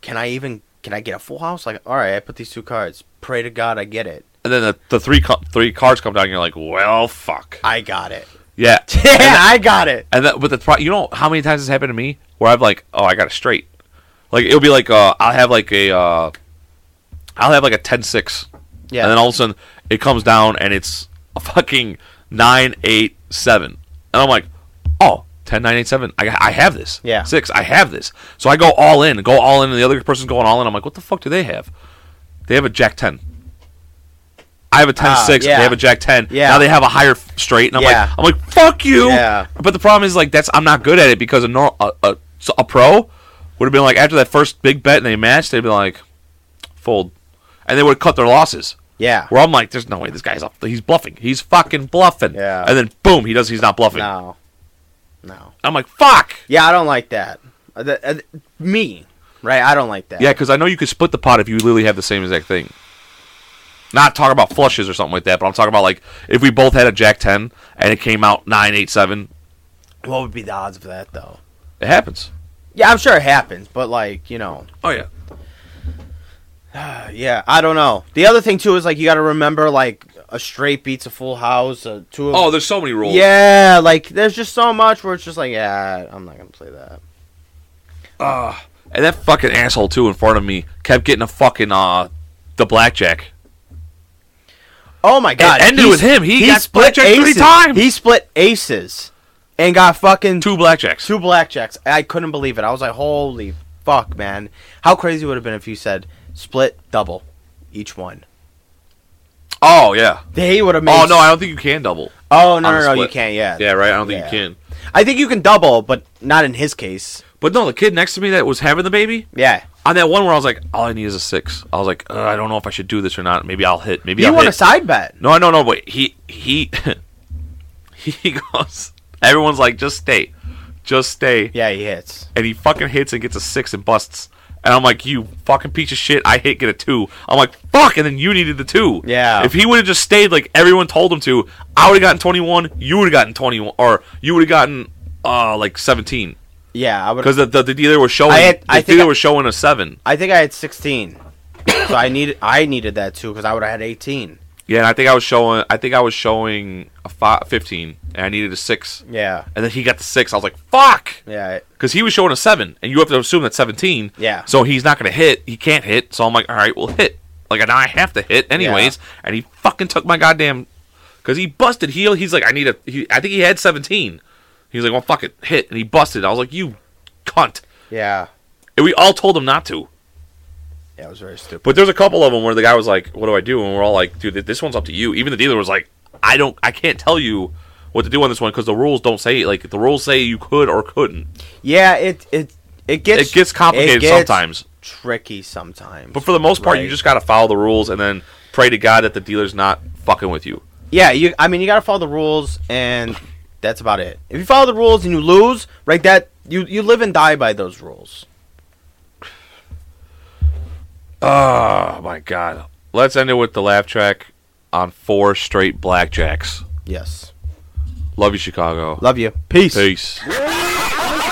can I even can I get a full house? Like, all right, I put these two cards. Pray to God I get it. And then the, the three co- three cards come down. and You're like, well, fuck. I *laughs* got it. *laughs* Yeah, Yeah, I got it. And that, but the pro- you know how many times this happened to me where I've like, oh, I got a straight. Like it'll be like, uh, I'll have like a, uh, I'll have like a 10-6. Yeah. And then all of a sudden it comes down and it's a fucking nine eight seven, and I'm like, oh. 10, 9, 8, 7. I, I have this. Yeah. Six. I have this. So I go all in, go all in, and the other person's going all in. I'm like, what the fuck do they have? They have a Jack 10. I have a 10 6. Ah, yeah. They have a Jack 10. Yeah. Now they have a higher f- straight. And I'm Yeah. like, I'm like, fuck you. Yeah. But the problem is like that's I'm not good at it because a nor- a, a, so- a pro would have been like after that first big bet and they matched, they'd be like fold, and they would have cut their losses. *laughs* Yeah. Where I'm like, there's no way this guy's up. He's bluffing. He's fucking bluffing. Yeah. And then boom, he does. He's not bluffing. No. No. I'm like, fuck. Yeah, I don't like that. Uh, th- uh, th- me, right? I don't like that. Yeah, because I know you could split the pot if you literally have the same exact thing. Not talking about flushes or something like that, but I'm talking about like if we both had a jack ten and it came out nine eight seven. What would be the odds of that though? It happens. Yeah, I'm sure it happens, but like you know, Oh yeah. yeah, I don't know. The other thing too is like you got to remember like a straight beats a full house, a two. Of, Oh, there's so many rules. yeah, like there's just so much where it's just like, yeah, I'm not gonna play that. And that fucking asshole too in front of me kept getting a fucking uh the blackjack. Oh my god! ended he's- with him. He got blackjacked three aces. times. He split aces and got fucking Two blackjacks. two blackjacks. I couldn't believe it. I was like, holy fuck, man. How crazy would it have been if you said split double each one? Oh yeah. They would have made. Oh no, I don't think you can double. oh no, on no, the no, you split. can't. Yeah. Yeah, right. I don't think Yeah. you can. I think you can double, but not in his case. But no, the kid next to me that was having the baby Yeah. on that one where I was like, all I need is a six. I was like, uh, I don't know if I should do this or not. Maybe I'll hit. Maybe You I'll want hit. a side bet? no, I don't know. But he *laughs* he, He goes, everyone's like, just stay, just stay. Yeah, he hits. and he fucking hits and gets a six and busts. And I'm like, you fucking piece of shit. I hit, get a two. I'm like, fuck. And then you needed the two. Yeah. If he would have just stayed like everyone told him to, I would have gotten 21. You would have gotten 21, or you would have gotten uh like 17 Yeah, I would. because the, the the dealer was showing. I had- the I think dealer I- was showing a seven. I think I had 16. *coughs* so I needed I needed that too because I would have had 18. Yeah, and I think I was showing. I think I was showing a fi 15, and I needed a six. Yeah. And then he got the six. I was like, fuck. Yeah. because he was showing a seven, and you have to assume that's seventeen. Yeah. So he's not going to hit. He can't hit. So I'm like, all right, well, hit. Like, and I have to hit anyways. And he fucking took my goddamn because he busted heel. He's like, I need a. He, I think he had seventeen. He's like, well, fuck it, hit, and he busted. I was like, you cunt. Yeah. And we all told him not to. Yeah, it was very stupid. But there's a couple of them where the guy was like, "What do I do?" And we're all like, "Dude, th- this one's up to you." Even the dealer was like, "I don't, I can't tell you what to do on this one because the rules don't say like the rules say you could or couldn't." Yeah, it it it gets It gets complicated it gets sometimes. Tricky sometimes. But for the most part, you Right. just got to follow the rules and then pray to God that the dealer's not fucking with you. yeah, you I mean you got to follow the rules and that's about it. If you follow the rules and you lose, right that you you live and die by those rules. Ah, Oh my God. Let's end it with the laugh track on four straight blackjacks. Yes. Love you, Chicago. Love you. Peace. Peace.